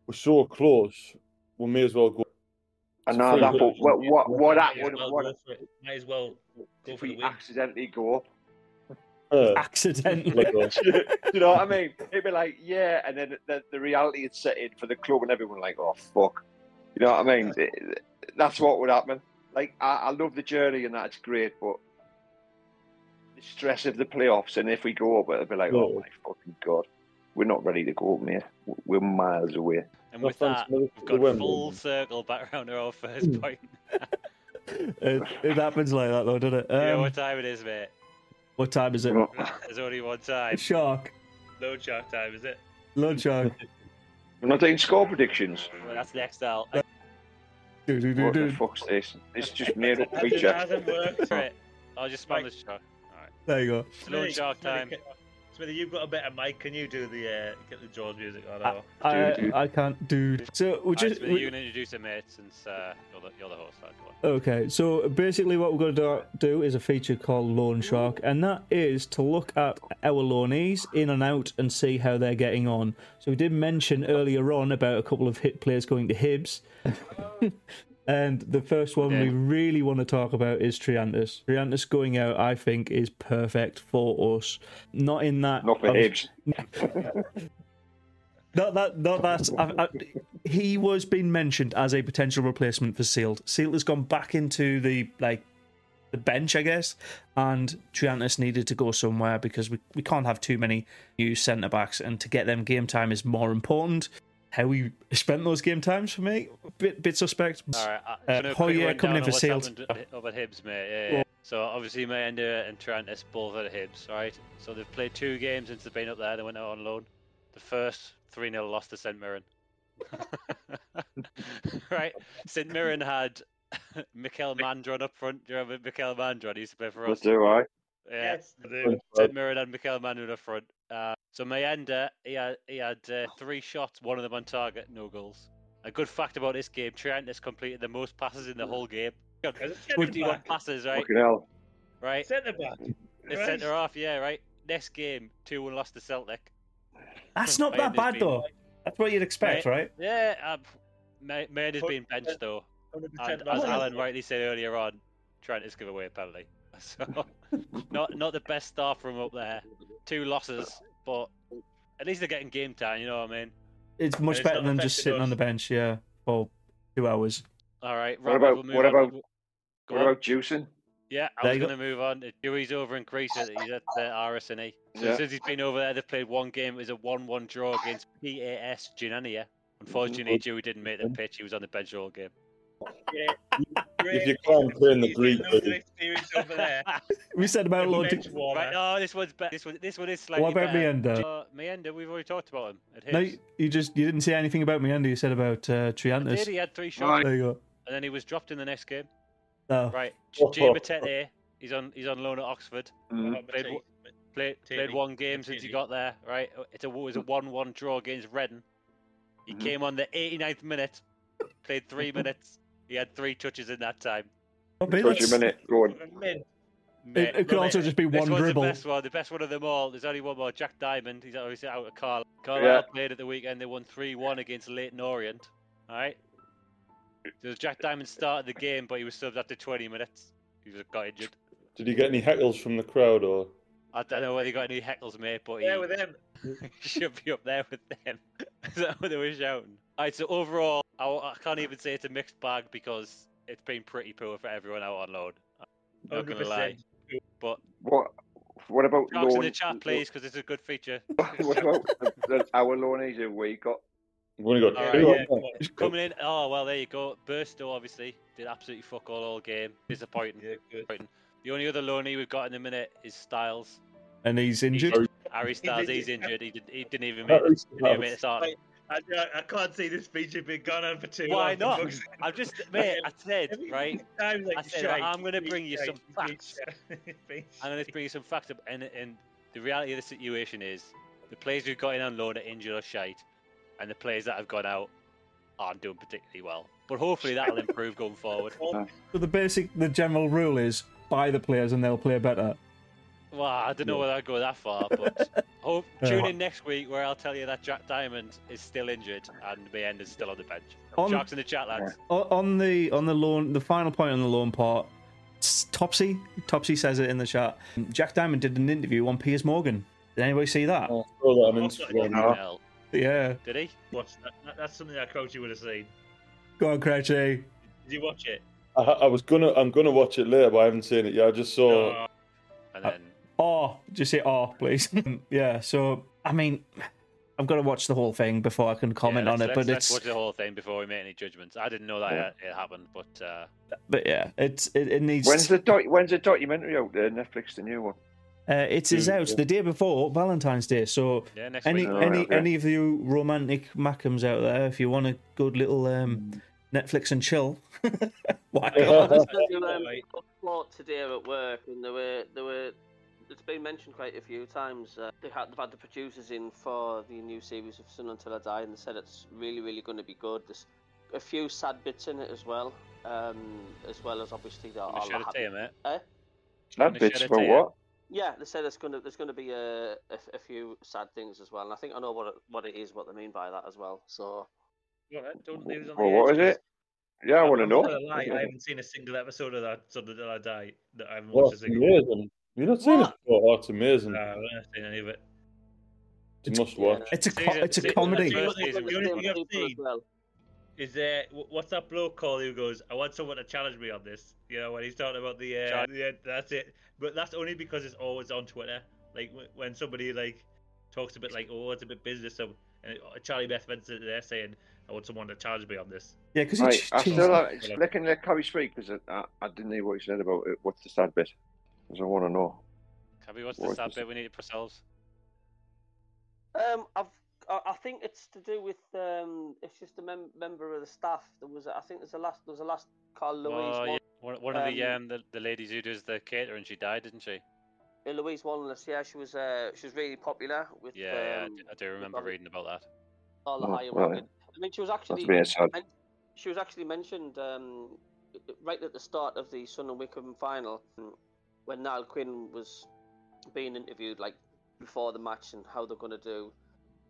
Speaker 7: we're so close, we may as well go.
Speaker 5: And now
Speaker 7: Free
Speaker 5: that, but
Speaker 7: hit.
Speaker 5: what, what, what that
Speaker 4: Might as
Speaker 5: would,
Speaker 4: well
Speaker 5: what,
Speaker 4: go for it. Might as well.
Speaker 5: if
Speaker 4: for the
Speaker 5: we
Speaker 4: win.
Speaker 5: accidentally go up?
Speaker 2: Ah,
Speaker 7: Yeah,
Speaker 1: accidentally.
Speaker 7: like us.
Speaker 5: Do you know what I mean? It'd be like, yeah, and then the, the reality had set in for the club, and everyone like, oh fuck. You know what I mean? It- that's what would happen. Like, I, I love the journey, and that's great, but the stress of the playoffs, and if we go up, it'd be like, oh
Speaker 7: Yeah.
Speaker 5: my fucking god, we're not ready to go up, mate. We're miles away.
Speaker 2: And
Speaker 7: No
Speaker 2: with
Speaker 7: offense,
Speaker 2: that,
Speaker 7: but
Speaker 2: we've
Speaker 7: it's the
Speaker 2: gone
Speaker 7: women.
Speaker 2: full circle back around to our first point.
Speaker 1: it, it happens like that, though, doesn't it?
Speaker 2: you know
Speaker 1: Um,
Speaker 2: what time it is, mate?
Speaker 1: what time is it?
Speaker 5: No,
Speaker 2: There's only one time.
Speaker 1: Shark.
Speaker 4: Load shark time, is it?
Speaker 1: Load shark.
Speaker 5: we're not doing score predictions.
Speaker 2: Well, that's next, Al.
Speaker 1: Do, do, do,
Speaker 5: What the
Speaker 1: do.
Speaker 5: fuck's this? It's just made up
Speaker 4: It
Speaker 5: creature.
Speaker 4: hasn't worked.
Speaker 2: Right. I'll just spam the
Speaker 4: Right.
Speaker 2: shark.
Speaker 1: There you go.
Speaker 2: Load shark time.
Speaker 4: Smithy, you've got a better mic. Can you do the uh, get the Jaws music on? or-
Speaker 1: I,
Speaker 5: do.
Speaker 1: I can't do. So we
Speaker 2: Right,
Speaker 1: just
Speaker 2: Smithy, you
Speaker 1: we,
Speaker 2: can introduce it, mate, since uh, you're, the, you're the host. Right, go on.
Speaker 1: okay. So basically, what we're going to do is a feature called Loan Shark, and that is to look at our loanees in and out and see how they're getting on. So we did mention earlier on about a couple of hit players going to Hibs. And the first one we
Speaker 2: Yeah.
Speaker 1: really want to talk about is Triantis. Triantis going out, I think, is perfect for us. Not in that.
Speaker 5: Not for
Speaker 1: obviously-
Speaker 5: Hibs.
Speaker 1: Not that, not that. I, I, he was being mentioned as a potential replacement for Sealed. Sealed has gone back into the like the bench, I guess, and Triantis needed to go somewhere because we, we can't have too many new centre backs, and to get them game time is more important. How we spent those game times for me, bit bit suspect.
Speaker 2: All right.
Speaker 1: Uh,
Speaker 2: I'm gonna quick
Speaker 1: Hoyer
Speaker 2: rundown
Speaker 1: coming in
Speaker 2: on
Speaker 1: for
Speaker 2: what's
Speaker 1: Seals.
Speaker 2: happened Up at Hibs, mate. Yeah, yeah. So obviously Maenda and Tarantis both at Hibs, right? So they've played two games since they've been up there. They went out on loan. The first 3 0 loss to St Mirren. right? St Mirren had Mikel Mandron up front. Do you remember Mikel Mandron? He used to play for us.
Speaker 5: do I?
Speaker 2: Yeah.
Speaker 4: Yes, they do.
Speaker 7: Right.
Speaker 2: St Mirren and Mikel Mandron up front. Uh, so Mayenda, he had, he had uh, three shots, one of them on target, no goals. A good fact about this game, Triantis completed the most passes in the whole game.
Speaker 4: As a centre
Speaker 2: 51
Speaker 4: back.
Speaker 2: passes, right?
Speaker 5: Fucking hell.
Speaker 2: Right?
Speaker 4: Centre back.
Speaker 2: The
Speaker 4: Christ.
Speaker 2: centre half, yeah, right. Next game, two one lost to Celtic.
Speaker 1: That's not that
Speaker 2: Mayender's
Speaker 1: bad
Speaker 2: been-
Speaker 1: though. That's what you'd expect, right?
Speaker 2: Yeah, um, May- Maynard's been benched though,
Speaker 4: 100%
Speaker 2: and as
Speaker 4: lost.
Speaker 2: Alan rightly said earlier on, Trent is give away a penalty. So not not the best start from up there. Two losses, but at least they're getting game time. You know what I mean?
Speaker 1: It's much
Speaker 4: it's
Speaker 1: better
Speaker 4: not
Speaker 1: than just
Speaker 4: affected
Speaker 1: sitting
Speaker 4: us.
Speaker 1: on the bench, yeah, for two hours.
Speaker 2: All right.
Speaker 5: What
Speaker 2: Rabbit,
Speaker 5: about-
Speaker 2: we'll move
Speaker 5: what
Speaker 2: on.
Speaker 5: about-
Speaker 2: Go
Speaker 5: What
Speaker 2: on.
Speaker 5: about juicing?
Speaker 2: Yeah, I
Speaker 1: There
Speaker 2: was
Speaker 1: you go.
Speaker 2: going to move on. Dewey's over in Greece. at- He's at the RSNE. E. So
Speaker 5: Yeah.
Speaker 2: since he's been over there, they've played one game. It was a 1 1 draw against PAS Junania. Unfortunately,
Speaker 1: Mm-hmm.
Speaker 2: Dewey didn't make the pitch. He was on the bench all game.
Speaker 7: If you can't play in the
Speaker 4: He's
Speaker 7: Greek
Speaker 4: got loads of
Speaker 7: league,
Speaker 4: experience over there.
Speaker 1: We said about
Speaker 4: He's a
Speaker 1: loading.
Speaker 4: bench warmer.
Speaker 2: Right, oh, this one's better. This one, this one is slightly
Speaker 1: What about
Speaker 2: better.
Speaker 1: Meander?
Speaker 2: Uh, Meander, we've already talked about him. At
Speaker 1: No,
Speaker 2: Hibs.
Speaker 1: you you just you didn't say anything about Meander. You said about uh,
Speaker 2: He did,
Speaker 1: Triantis.
Speaker 2: he had three shots,
Speaker 1: There you go.
Speaker 2: and then he was dropped in the next game.
Speaker 1: No.
Speaker 2: Right,
Speaker 7: Oh.
Speaker 2: Jamie Tete, he's on he's on loan at Oxford.
Speaker 5: Mm.
Speaker 4: Oh, but he-
Speaker 2: Played played
Speaker 4: Tete.
Speaker 2: one game since he
Speaker 4: Tete.
Speaker 2: got there. Right, it's a it was a one one draw against Redden. He
Speaker 5: Mhm.
Speaker 1: Mm-hmm.
Speaker 2: came on the 89th minute, played three minutes. He had three touches in that time.
Speaker 1: Oh, but
Speaker 5: Touch a
Speaker 1: it's-
Speaker 5: minute. Go on.
Speaker 4: Men.
Speaker 2: Mate,
Speaker 1: It, it could
Speaker 2: love
Speaker 1: also
Speaker 2: it.
Speaker 1: just be
Speaker 2: This
Speaker 1: one
Speaker 2: one's the
Speaker 1: dribble.
Speaker 2: best one, the best one of them all. There's only one more. Jack Diamond. He's obviously out of Carl. Carlisle
Speaker 5: Yeah.
Speaker 2: played at the weekend. They won three one against Leighton Orient. All right. So Jack Diamond started the game, but he was subbed after 20 minutes. He was got injured.
Speaker 7: did you get any heckles from the crowd or?
Speaker 2: I don't know whether he got any heckles, mate, but he
Speaker 4: Yeah, with them.
Speaker 2: should be up there with them. Is that what they were shouting? All right. So overall, I, I can't even say it's a mixed bag because it's been pretty poor for everyone out on loan. I'm not gonna lie.
Speaker 4: 100%.
Speaker 2: But
Speaker 5: What? What about
Speaker 2: marks in
Speaker 5: loan-
Speaker 2: the chat, please, because it's a good feature.
Speaker 5: what about the, the, our loanees who we got?
Speaker 7: We've only got
Speaker 2: All
Speaker 7: two.
Speaker 2: right,
Speaker 7: haven't we?
Speaker 2: Coming in, oh well, there you go. Burstow obviously did absolutely fuck all all game. Disappointing.
Speaker 4: Yeah, good.
Speaker 2: The only other loanee we've got in the minute is Styles.
Speaker 1: And he's injured.
Speaker 7: Sorry.
Speaker 2: Harry Styles,
Speaker 4: did
Speaker 2: he's
Speaker 4: it.
Speaker 2: injured. He, did, he didn't even make,
Speaker 7: At
Speaker 2: didn't
Speaker 7: least
Speaker 2: even make the start.
Speaker 4: Wait. I, I can't see this feature being gone on for too long.
Speaker 2: Why
Speaker 4: for
Speaker 2: not?
Speaker 4: fuck's sake.
Speaker 2: I've just mate, I said
Speaker 4: Every
Speaker 2: right.
Speaker 4: time, like,
Speaker 2: I said,
Speaker 4: shite,
Speaker 2: I'm gonna
Speaker 4: being
Speaker 2: bring you
Speaker 4: shite,
Speaker 2: some
Speaker 4: being
Speaker 2: facts.
Speaker 4: shite, being
Speaker 2: I'm going to
Speaker 4: shite.
Speaker 2: bring you some facts up. And, and the reality of the situation is the players who've got in on loan are injured or shite, and the players that have gone out aren't doing particularly well. But hopefully that'll improve going forward.
Speaker 1: So the basic, the general rule is buy the players and they'll play better.
Speaker 2: Well, I don't know whether I'd go that far, but hope
Speaker 1: Yeah.
Speaker 2: tune in next week where I'll tell you that Jack Diamond is still injured and Mayen is still on the bench.
Speaker 1: On-
Speaker 2: Sharks in the chat, lads.
Speaker 1: O- on the on the loan the final point on the loan part s- topsy topsy says it in the chat jack diamond did an interview on piers morgan did anybody see that
Speaker 7: Oh, throw that on
Speaker 4: Oh,
Speaker 7: Instagram.
Speaker 5: no. Yeah.
Speaker 2: Hell,
Speaker 1: yeah
Speaker 2: Did he?
Speaker 4: Watch that. That- That's something that Crouchy would have seen.
Speaker 1: go on Crouchy.
Speaker 4: Did you watch it?
Speaker 7: I, I was gonna, I'm gonna watch it later, but I haven't seen it yet. I just saw.
Speaker 4: Oh,
Speaker 2: And then
Speaker 1: oh just say oh please yeah so i mean i've got to watch the whole thing before i can comment
Speaker 2: yeah,
Speaker 1: on
Speaker 2: let's-
Speaker 1: it
Speaker 2: let's-
Speaker 1: but
Speaker 2: let's
Speaker 1: it's
Speaker 2: watch the whole thing before we make any judgments. I didn't know that it, it happened, but uh,
Speaker 1: but yeah it's it, it needs
Speaker 5: When's the doc, when's the documentary out there? Netflix, the new one.
Speaker 1: uh, it is out the day before valentine's day so
Speaker 2: yeah, next
Speaker 1: any
Speaker 2: week.
Speaker 5: Alright,
Speaker 1: any
Speaker 5: Oh, okay.
Speaker 1: any of you romantic macums out there if you want a good little um netflix and chill why not?
Speaker 3: I was going to um,
Speaker 4: Right.
Speaker 3: upload today at work, and there were there were it's been mentioned quite a few times. Uh, they had, they've had the producers in for the new series of Sun Until I Die, and they said it's really really going to be good. There's a few sad bits in it as well, um, as well as obviously the.
Speaker 2: I'm gonna
Speaker 3: all the
Speaker 2: share a
Speaker 3: happy-
Speaker 2: tear, mate.
Speaker 3: Eh?
Speaker 5: That
Speaker 2: Wanna
Speaker 5: bit's
Speaker 2: shed a
Speaker 5: for
Speaker 2: tear?
Speaker 5: what?
Speaker 3: Yeah, they said it's going to there's going to be a, a, a few sad things as well, and I think I know what it, what it is, what they mean by that as well. So
Speaker 4: well, that- don't leave us on
Speaker 5: Well,
Speaker 4: the
Speaker 5: what
Speaker 4: edge,
Speaker 5: is it?
Speaker 4: 'cause
Speaker 5: Yeah, I
Speaker 4: I'm
Speaker 5: want to
Speaker 4: not
Speaker 5: know.
Speaker 4: gonna lie, I haven't seen a single episode of that so until I die. That I haven't
Speaker 7: Oh,
Speaker 4: watched a
Speaker 7: it's
Speaker 4: single. one.
Speaker 7: amazing. You've not seen it before. Oh, it's amazing.
Speaker 4: No,
Speaker 2: Uh,
Speaker 4: I haven't seen any of it.
Speaker 7: you must watch.
Speaker 1: It's a
Speaker 2: See,
Speaker 1: co-
Speaker 2: the-
Speaker 1: it's a
Speaker 2: see, the
Speaker 1: comedy.
Speaker 2: first season
Speaker 4: The
Speaker 2: was-
Speaker 4: only
Speaker 3: Same
Speaker 4: thing I've
Speaker 3: people as
Speaker 4: seen-
Speaker 3: well.
Speaker 4: Is there wh- what's that bloke called who goes? I want someone to challenge me on this. You know, when he's talking about the uh,
Speaker 2: Challenge.
Speaker 4: yeah, that's it. But that's only because it's always on Twitter. Like wh- when somebody like talks a bit like, oh, it's a bit business. So and uh, Charlie Beth Benz is there saying, I want someone to charge me on this.
Speaker 1: Yeah, because
Speaker 5: Right, I still
Speaker 4: Jesus.
Speaker 5: have, it's looking at Carrie Speak because I, I, I didn't hear what you said about it. What's the sad bit? 'Cause I want to know.
Speaker 2: Cabby, what's
Speaker 5: What
Speaker 2: the sad
Speaker 5: is-
Speaker 2: bit we need for ourselves?
Speaker 3: Um, I've I I think it's to do with um, it's just a mem- member of the staff. There was I think there's a last there was a last Carl Louise
Speaker 2: Oh,
Speaker 3: one.
Speaker 2: yeah. One, one of the,
Speaker 3: Um,
Speaker 2: um, the the ladies who does the catering, she died, didn't she?
Speaker 3: Yeah, Louise Wallace, yeah, she was uh, she was really popular with
Speaker 2: Yeah, yeah, I
Speaker 3: um,
Speaker 2: d- I do remember
Speaker 3: probably-
Speaker 2: reading about that.
Speaker 3: all the
Speaker 5: Oh,
Speaker 3: higher
Speaker 5: right.
Speaker 3: women. I mean, she was
Speaker 5: That's
Speaker 3: actually
Speaker 5: a bit sad.
Speaker 3: she was actually mentioned um, right at the start of the Sun and Wickham final mm, when Niall Quinn was being interviewed, like before the match and how they're going to do,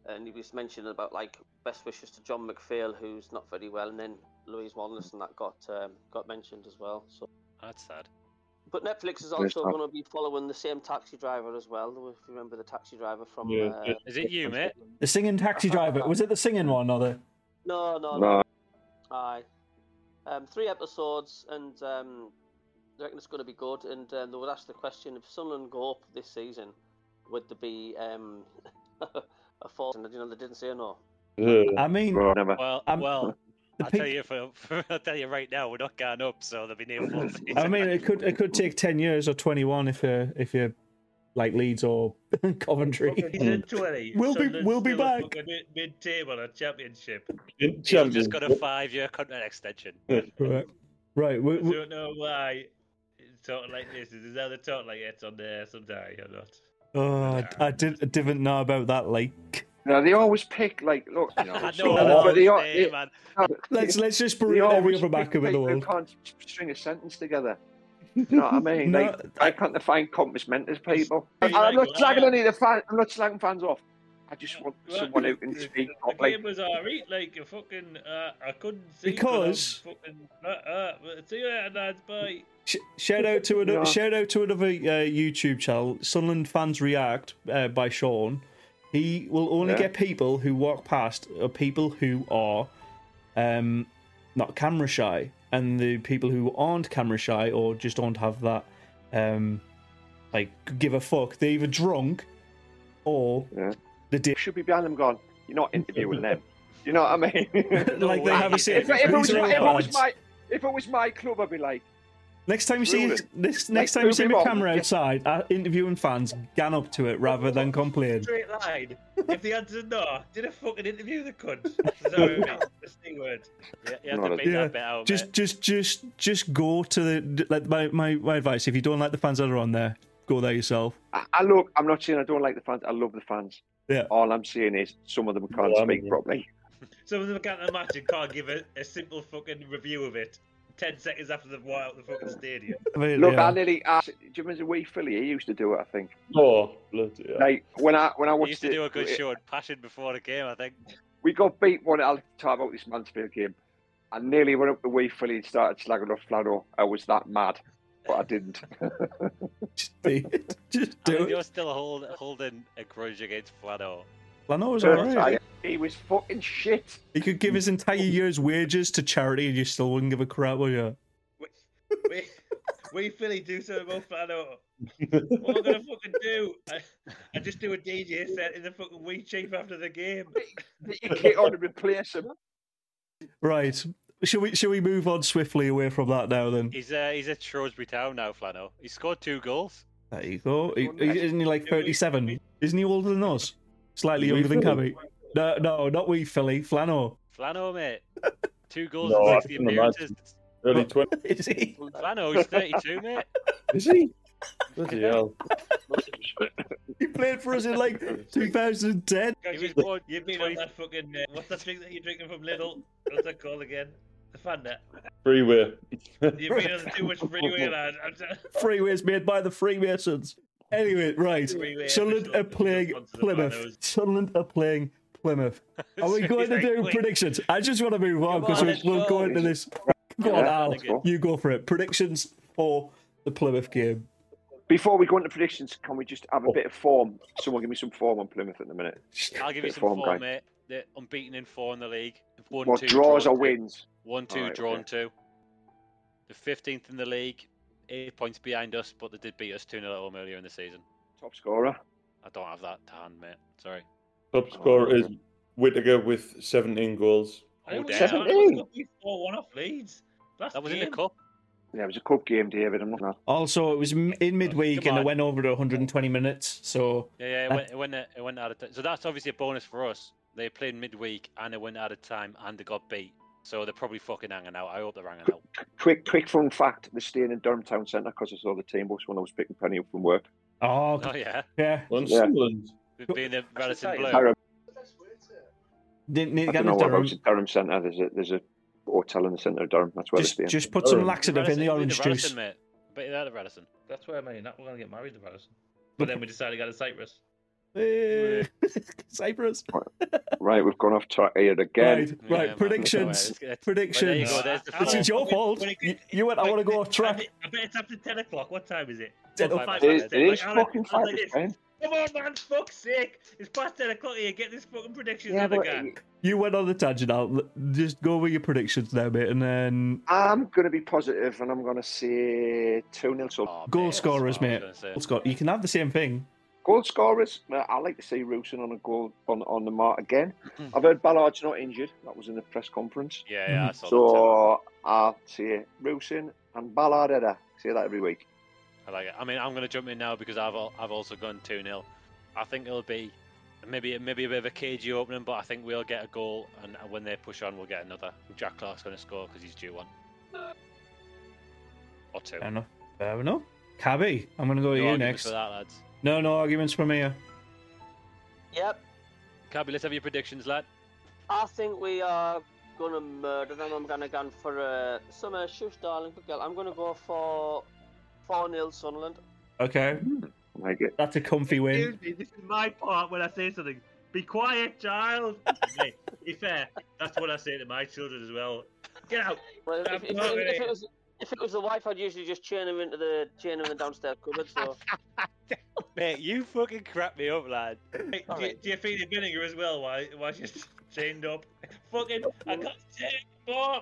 Speaker 3: and he was mentioning about like best wishes to John McPhail, who's not very well, and then Louise Wallace and that got um, got mentioned as well. So,
Speaker 2: That's sad.
Speaker 3: but Netflix is
Speaker 5: There's
Speaker 3: also
Speaker 5: that.
Speaker 3: going to be following the same taxi driver as well. If you remember the taxi driver from
Speaker 7: Yeah,
Speaker 3: uh,
Speaker 7: yeah.
Speaker 2: Is it you, mate?
Speaker 1: the singing taxi driver was it the singing one or the
Speaker 3: no, no, no,
Speaker 5: No,
Speaker 3: Aye. Um, three episodes, and um, I reckon it's going to be good. And um, they would ask the question if Sunderland go up this season, would there be um, a fall? And you know they didn't say no.
Speaker 7: Yeah.
Speaker 1: I mean,
Speaker 5: no, never.
Speaker 2: Well,
Speaker 1: Um,
Speaker 2: well,
Speaker 1: the
Speaker 2: I
Speaker 1: pic-
Speaker 2: tell you, for, for I tell you right now, we're not going up, so there'll be no full season.
Speaker 1: I mean, it could it could take ten years or twenty one if you if you like Leeds or Coventry.
Speaker 4: He's in 20.
Speaker 1: We'll be-
Speaker 4: Sunderland's
Speaker 1: we'll be
Speaker 4: still a
Speaker 1: back.
Speaker 4: fucking mid- Mid-table at championship.
Speaker 2: He's
Speaker 7: Champions
Speaker 2: just got a five-year contract extension.
Speaker 1: Right, right. We,
Speaker 4: I
Speaker 1: we,
Speaker 4: don't know why it's talking like this. Is there the talk like it's on there someday or not?
Speaker 1: oh, I- I did I didn't know about that leak.
Speaker 5: No, they always pick like look. You know,
Speaker 2: I
Speaker 5: it's
Speaker 2: know
Speaker 5: all-
Speaker 1: that
Speaker 5: but they are.
Speaker 2: name,
Speaker 5: they-
Speaker 2: man.
Speaker 1: Let's let's just
Speaker 5: they
Speaker 1: bring every
Speaker 5: always
Speaker 1: other back
Speaker 5: pick
Speaker 1: of the
Speaker 5: people who
Speaker 1: world.
Speaker 5: Can't s- string a sentence together. You know what I mean?
Speaker 1: No,
Speaker 5: like, I can't define compass mentors people. And
Speaker 4: like
Speaker 5: I'm not
Speaker 4: that.
Speaker 5: slagging any of the fans. I'm not slagging fans off. I just want
Speaker 4: Well,
Speaker 5: someone who can
Speaker 4: the-
Speaker 5: speak
Speaker 4: the
Speaker 5: properly.
Speaker 4: game was alright. Like a fucking, uh, I couldn't see
Speaker 1: Because-
Speaker 4: I'm fucking, uh, uh, but see you later, lads. Bye.
Speaker 1: Sh- shout out to another
Speaker 5: No.
Speaker 1: shout out to another uh, YouTube channel, Sunderland fans react uh, by Sean. He will only
Speaker 5: Yeah.
Speaker 1: get people who walk past are people who are um, not camera shy, and the people who aren't camera shy or just don't have that um, like give a fuck. They're either drunk or
Speaker 5: Yeah.
Speaker 1: the day
Speaker 5: Should be behind them, gone. You're not interviewing them. You know what I
Speaker 1: like
Speaker 5: mean?
Speaker 1: they
Speaker 2: way.
Speaker 1: have a say.
Speaker 5: if, if, it was,
Speaker 1: These are
Speaker 5: my-
Speaker 1: all
Speaker 5: if, it was
Speaker 1: lads.
Speaker 5: my, if it was my club, I'd be like,
Speaker 1: Next time you see
Speaker 5: Ruin.
Speaker 1: next next
Speaker 5: Next
Speaker 1: time you see
Speaker 5: movie
Speaker 1: my
Speaker 5: on.
Speaker 1: camera outside uh, interviewing fans, gan up to it rather than complain.
Speaker 4: Straight line. if the answer's no, did a fucking interview the cunt. Sorry, mate. The C word.
Speaker 2: Yeah, you have
Speaker 5: Not
Speaker 2: to
Speaker 5: a-
Speaker 2: beat
Speaker 1: Yeah,
Speaker 2: that bit out.
Speaker 1: Just
Speaker 2: mate.
Speaker 1: just just just go to the d- like my, my, my advice. If you don't like the fans that are on there, go there yourself.
Speaker 5: I, I look, I'm not saying I don't like the fans. I love the fans.
Speaker 1: Yeah.
Speaker 5: All I'm saying is some of them can't
Speaker 7: Well, I
Speaker 5: speak
Speaker 7: mean-
Speaker 5: properly.
Speaker 4: Some of them can't imagine, can't give a, a simple fucking review of it. Ten seconds after they've walked out the fucking stadium.
Speaker 1: I mean,
Speaker 5: Look,
Speaker 1: yeah.
Speaker 5: I nearly asked. Do you remember the wee Philly? He used to do it. I think.
Speaker 7: Oh, bloody hell.
Speaker 5: Like when I when I
Speaker 2: We
Speaker 5: watched
Speaker 2: used to
Speaker 5: it,
Speaker 2: do a good
Speaker 5: we-
Speaker 2: show and passion before the game, I think.
Speaker 5: We got beat one. I'll talk about this Mansfield game. I nearly went up the wee Philly and started slagging off Flano. I was that mad, but I didn't.
Speaker 1: just do it. Just
Speaker 2: I
Speaker 1: do
Speaker 2: mean,
Speaker 1: it.
Speaker 2: you're still hold, holding a grudge against Flano.
Speaker 1: Lano was
Speaker 5: I-
Speaker 1: alright.
Speaker 5: he was fucking shit.
Speaker 1: He could give his entire year's wages to charity, and you still wouldn't give a crap, would you?
Speaker 4: We, we, we Philly do something about Flano. What am I gonna fucking do? I, I just do a DJ set in the fucking wee chief after the game.
Speaker 5: You get on and replace him.
Speaker 1: Right. Shall we shall we move on swiftly away from that now then?
Speaker 2: He's uh, he's at Shrewsbury Town now, Flano. He scored two goals.
Speaker 1: There you go. He- he- isn't he like thirty seven? Isn't he older than us? Slightly
Speaker 7: Wee
Speaker 1: younger than
Speaker 7: Philly.
Speaker 1: Cabby. No, no, not we, Philly. Flano.
Speaker 2: Flano, mate. Two goals
Speaker 7: No, I
Speaker 2: in 60
Speaker 7: couldn't
Speaker 2: appearances.
Speaker 7: Early 20s.
Speaker 1: Is he?
Speaker 2: Flano, he's 32, mate.
Speaker 7: Is he? Bloody hell.
Speaker 1: He played for us in like 2010.
Speaker 2: He was
Speaker 4: You've
Speaker 2: born
Speaker 4: been on
Speaker 2: 20
Speaker 4: that fucking. Uh, what's that drink that you're drinking from Lidl? What's that called again? The Fanta.
Speaker 7: Freeway.
Speaker 4: You've been on too much freeway, lad. I'm t-
Speaker 1: Freeways made by the Freemasons. Anyway, right.
Speaker 4: Freeway
Speaker 1: Sunderland
Speaker 4: episode
Speaker 1: are playing
Speaker 4: of the
Speaker 1: Plymouth.
Speaker 4: Sopranos.
Speaker 1: Sunderland are playing Plymouth. Are we
Speaker 2: Sorry,
Speaker 1: going to
Speaker 2: like,
Speaker 1: do
Speaker 2: wait.
Speaker 1: predictions? I just want to move on
Speaker 2: Come
Speaker 1: because
Speaker 2: on,
Speaker 1: we'll,
Speaker 2: let's
Speaker 1: we'll go
Speaker 2: go.
Speaker 1: into this. Go on,
Speaker 5: Yeah,
Speaker 1: Al.
Speaker 5: let's go.
Speaker 1: You go for it. Predictions for the Plymouth game.
Speaker 5: Before we go into predictions, can we just have a bit of form? Someone give me some form on Plymouth at the minute.
Speaker 2: I'll give you
Speaker 5: Bit
Speaker 2: some
Speaker 5: of
Speaker 2: form,
Speaker 5: form, guy.
Speaker 2: mate. They're unbeaten in four in the league. One,
Speaker 5: What
Speaker 2: two,
Speaker 5: draws or
Speaker 2: drawn two.
Speaker 5: wins?
Speaker 2: One, two,
Speaker 5: Alright,
Speaker 2: drawn two. The 15th in the league, eight points behind us, but they did beat us 2 0 at home earlier in the season.
Speaker 5: Top scorer.
Speaker 2: I don't have that to hand, mate. Sorry.
Speaker 7: Top scorer is Whittaker with 17 goals.
Speaker 4: I
Speaker 2: Oh,
Speaker 4: always
Speaker 2: damn.
Speaker 4: forget we got these Four one off leads. Last
Speaker 2: That was in the
Speaker 4: game.
Speaker 2: cup.
Speaker 5: Yeah, it was a cup game, David. I'm not.
Speaker 1: Also, it was m- in midweek
Speaker 2: Oh, Come
Speaker 1: and it
Speaker 2: on.
Speaker 1: went over to 120 minutes. So
Speaker 2: Yeah, yeah, it
Speaker 1: Uh,
Speaker 2: went, it went, it went out of time. So that's obviously a bonus for us. They played midweek and it went out of time and they got beat. So they're probably fucking hanging out. I hope they're hanging out.
Speaker 5: Quick, quick fun fact: They're staying in Durham Town Centre because I saw the team bus when I was picking Penny up from work.
Speaker 1: oh
Speaker 2: Oh yeah,
Speaker 1: yeah,
Speaker 7: On
Speaker 5: Yeah.
Speaker 7: Sunderland.
Speaker 2: Be- being the relative
Speaker 3: exciting.
Speaker 2: blue.
Speaker 5: Durham,
Speaker 1: didn't need to
Speaker 5: I don't
Speaker 1: get
Speaker 5: know
Speaker 1: enough
Speaker 5: what about
Speaker 1: Durham.
Speaker 5: it, Durham Centre. There's a there's a hotel in the centre of Durham. That's where
Speaker 1: Just
Speaker 5: they're staying.
Speaker 1: just put some
Speaker 7: Durham.
Speaker 1: laxative in the orange
Speaker 2: Radisson,
Speaker 1: juice.
Speaker 2: mate. I bet you they're the Radisson.
Speaker 4: That's where I mean that we're gonna get married, the brothers. But then we decided to go to Cyprus.
Speaker 1: Eh, Cyprus.
Speaker 5: Right, we've gone off track here again.
Speaker 1: Right,
Speaker 2: Yeah,
Speaker 1: right.
Speaker 2: man,
Speaker 1: predictions.
Speaker 2: that's all right. It's- There you
Speaker 1: Predictions.
Speaker 2: go. There's the
Speaker 1: This
Speaker 4: Alan,
Speaker 1: is your
Speaker 4: we-
Speaker 1: fault.
Speaker 4: we-
Speaker 1: You, you went. I want to go off
Speaker 4: I
Speaker 1: track.
Speaker 4: bet, I bet it's after ten o'clock. What time is it?
Speaker 1: Ten
Speaker 4: Well,
Speaker 1: o'clock.
Speaker 4: five
Speaker 5: It
Speaker 4: past
Speaker 5: is,
Speaker 4: ten.
Speaker 5: it
Speaker 4: Like,
Speaker 5: is
Speaker 4: Alan,
Speaker 5: fucking
Speaker 4: Alan,
Speaker 5: five
Speaker 4: it is.
Speaker 5: man.
Speaker 4: Come on, man! Fuck's sake! It's past ten o'clock here. Get this fucking prediction
Speaker 5: Yeah,
Speaker 4: out of the
Speaker 5: but
Speaker 4: guy.
Speaker 1: You went on the tangent. Out. Just go with your predictions now, mate, and then
Speaker 5: I'm going to be positive, and I'm going to say two 0 So
Speaker 2: Oh,
Speaker 1: Goal
Speaker 2: mate, that's
Speaker 1: scorers,
Speaker 2: what I was
Speaker 1: mate.
Speaker 2: gonna say.
Speaker 1: Scott, you can have the same thing.
Speaker 5: goal scorers. uh, I like to see Rusin on a goal on on the mark again. I've heard Ballard's not injured. That was in the press conference.
Speaker 2: Yeah, yeah, I saw that
Speaker 5: So I'll say Rusin and Ballard header. Say that every week.
Speaker 2: too. I like it. I mean, I'm gonna jump in now because I've al- I've also gone two 0 I think it'll be maybe maybe a bit of a cagey opening, but I think we'll get a goal, and when they push on, we'll get another. Jack Clark's gonna score because he's due one or two.
Speaker 1: Fair enough. Fair enough. Cabby, I'm going to go to
Speaker 2: No
Speaker 1: you
Speaker 2: arguments
Speaker 1: next.
Speaker 2: for that, lads.
Speaker 1: No, no arguments from here.
Speaker 3: Yep.
Speaker 2: Cabby, let's have your predictions, lad.
Speaker 3: I think we are gonna murder them. I'm gonna go for uh, some uh, shush, darling, good girl. I'm gonna go for four 0 Sunderland.
Speaker 1: Okay,
Speaker 5: I like it.
Speaker 1: that's a comfy win.
Speaker 4: Excuse me, this is my part when I say something. Be quiet, child. hey, be fair. That's what I say to my children as well. Get out.
Speaker 3: Well, if, if, if,
Speaker 4: Absolutely.
Speaker 3: if it was if it was the wife, I'd usually just chain her into the chain her in the downstairs cupboard. So
Speaker 2: Mate, you fucking crap me up, lad.
Speaker 4: Hey, do, you,
Speaker 3: Alright.
Speaker 4: do you feed it vinegar as well? Why? Why she's chained up? Fucking, I can't take it more.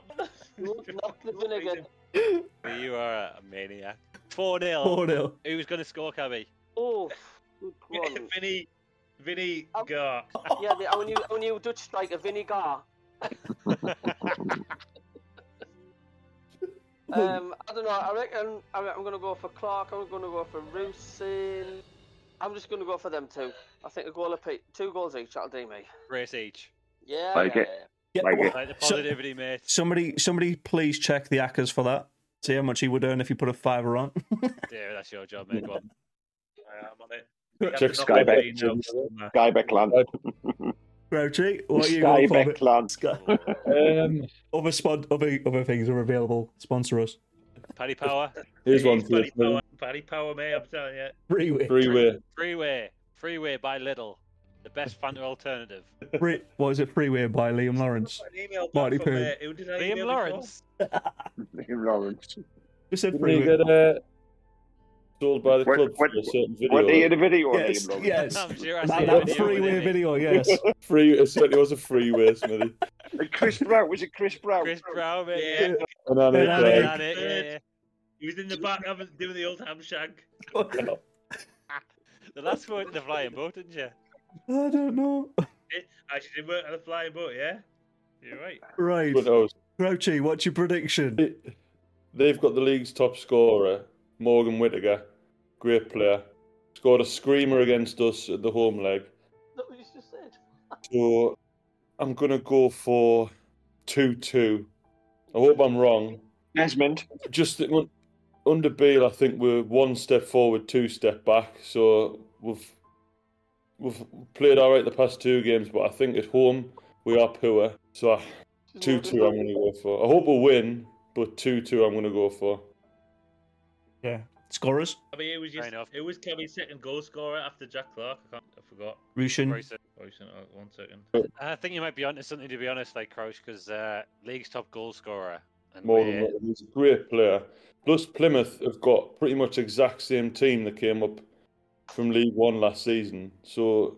Speaker 3: knock the vinegar.
Speaker 2: You are a maniac. 4 0.
Speaker 1: 4 0.
Speaker 2: Who's going to score, Cabby?
Speaker 3: Oh, good one.
Speaker 4: Vinny, Vinny,
Speaker 3: Oh.
Speaker 4: go.
Speaker 3: Yeah, the, our new our new Dutch striker, Vinny Gar. Um, I don't know. I reckon I re- I'm going to go for Clark. I'm going to go for Rusin. I'm just going to go for them two. I think a goal apiece, two goals each. That'll do me.
Speaker 2: Race each.
Speaker 3: Yeah.
Speaker 5: Like
Speaker 3: yeah,
Speaker 5: it.
Speaker 3: yeah.
Speaker 1: Yeah,
Speaker 5: Like it.
Speaker 2: Like the
Speaker 1: So-
Speaker 2: positivity, mate.
Speaker 1: Somebody, somebody, please check the Ackers for that. See how much he would earn if you put a fiver on.
Speaker 2: Yeah, that's your job, mate. Go on.
Speaker 4: I'm on it.
Speaker 5: Check Sky Bet.
Speaker 4: uh,
Speaker 5: Guy Beckland.
Speaker 1: Grouchy, what are you
Speaker 5: Sky
Speaker 1: going for? mate?
Speaker 5: Beckland.
Speaker 1: Sky.
Speaker 7: Um,
Speaker 1: Other, spon- other, other things are available. Sponsor us.
Speaker 2: Paddy Power,
Speaker 7: here's one for
Speaker 4: Paddy
Speaker 7: you.
Speaker 4: Power, Paddy Power, mate. I'm telling you.
Speaker 1: Freeway.
Speaker 7: Three-way.
Speaker 2: freeway, freeway by Lidl, the best Fanta alternative.
Speaker 1: Free- what is it? Freeway by Liam Lawrence.
Speaker 4: I've got an email back
Speaker 1: Marty
Speaker 4: from,
Speaker 1: Poo.
Speaker 4: uh, who did I email
Speaker 2: Liam
Speaker 4: before?
Speaker 2: Lawrence.
Speaker 5: Lawrence.
Speaker 1: Who said
Speaker 7: Didn't he
Speaker 1: freeway?
Speaker 7: get uh, sold by the
Speaker 5: When-
Speaker 7: club for
Speaker 5: when-
Speaker 7: a certain
Speaker 5: Were they
Speaker 7: video?
Speaker 5: in a video?
Speaker 1: Yes,
Speaker 5: Liam Lawrence?
Speaker 1: yes.
Speaker 2: I'm sure I see
Speaker 1: That,
Speaker 7: Yeah,
Speaker 1: that
Speaker 2: that video.
Speaker 1: freeway
Speaker 2: didn't it?
Speaker 1: video, yes.
Speaker 7: Free, it certainly was a freeway, Smithy.
Speaker 5: And Chris Brown. Was it Chris Brown?
Speaker 2: Chris Brown, mate.
Speaker 4: Yeah,
Speaker 7: And I
Speaker 1: And I
Speaker 7: know,
Speaker 2: Yeah,
Speaker 1: know.
Speaker 7: Craig.
Speaker 2: yeah, yeah, yeah.
Speaker 4: he was in the back having, doing the old ham shag.
Speaker 2: The last one in the flying boat, didn't you?
Speaker 1: I don't know.
Speaker 4: Actually, did work on the flying boat, yeah? You're right.
Speaker 1: Right.
Speaker 7: But no,
Speaker 1: Grouchy, what's your prediction?
Speaker 7: it- they've got the league's top scorer, Morgan Whittaker, great player. Scored a screamer against us at the home leg.
Speaker 3: Is that what you just said?
Speaker 7: So I'm going to go for 2 2. I hope I'm wrong.
Speaker 5: Desmond.
Speaker 7: Just that un- under Beale, I think we're one step forward, two step back. So we've we've played all right the past two games, but I think at home we are poor. So I, 2 2 I'm going to go for. I hope we'll win, but 2 2 I'm going to go for.
Speaker 1: Yeah. Scorers?
Speaker 4: I mean, it was
Speaker 2: Fair
Speaker 4: just,
Speaker 2: enough.
Speaker 4: it was Kevin's second goal scorer after Jack Clark. I, can't, I forgot.
Speaker 1: Russian.
Speaker 2: Royce.
Speaker 4: Oh, he's in- oh, one second.
Speaker 2: I think you might be onto something, to be honest, like Crouch, because uh, league's top goal scorer. And
Speaker 7: More
Speaker 2: we're-
Speaker 7: than that, he's a great player. Plus, Plymouth have got pretty much exact same team that came up from League One last season, so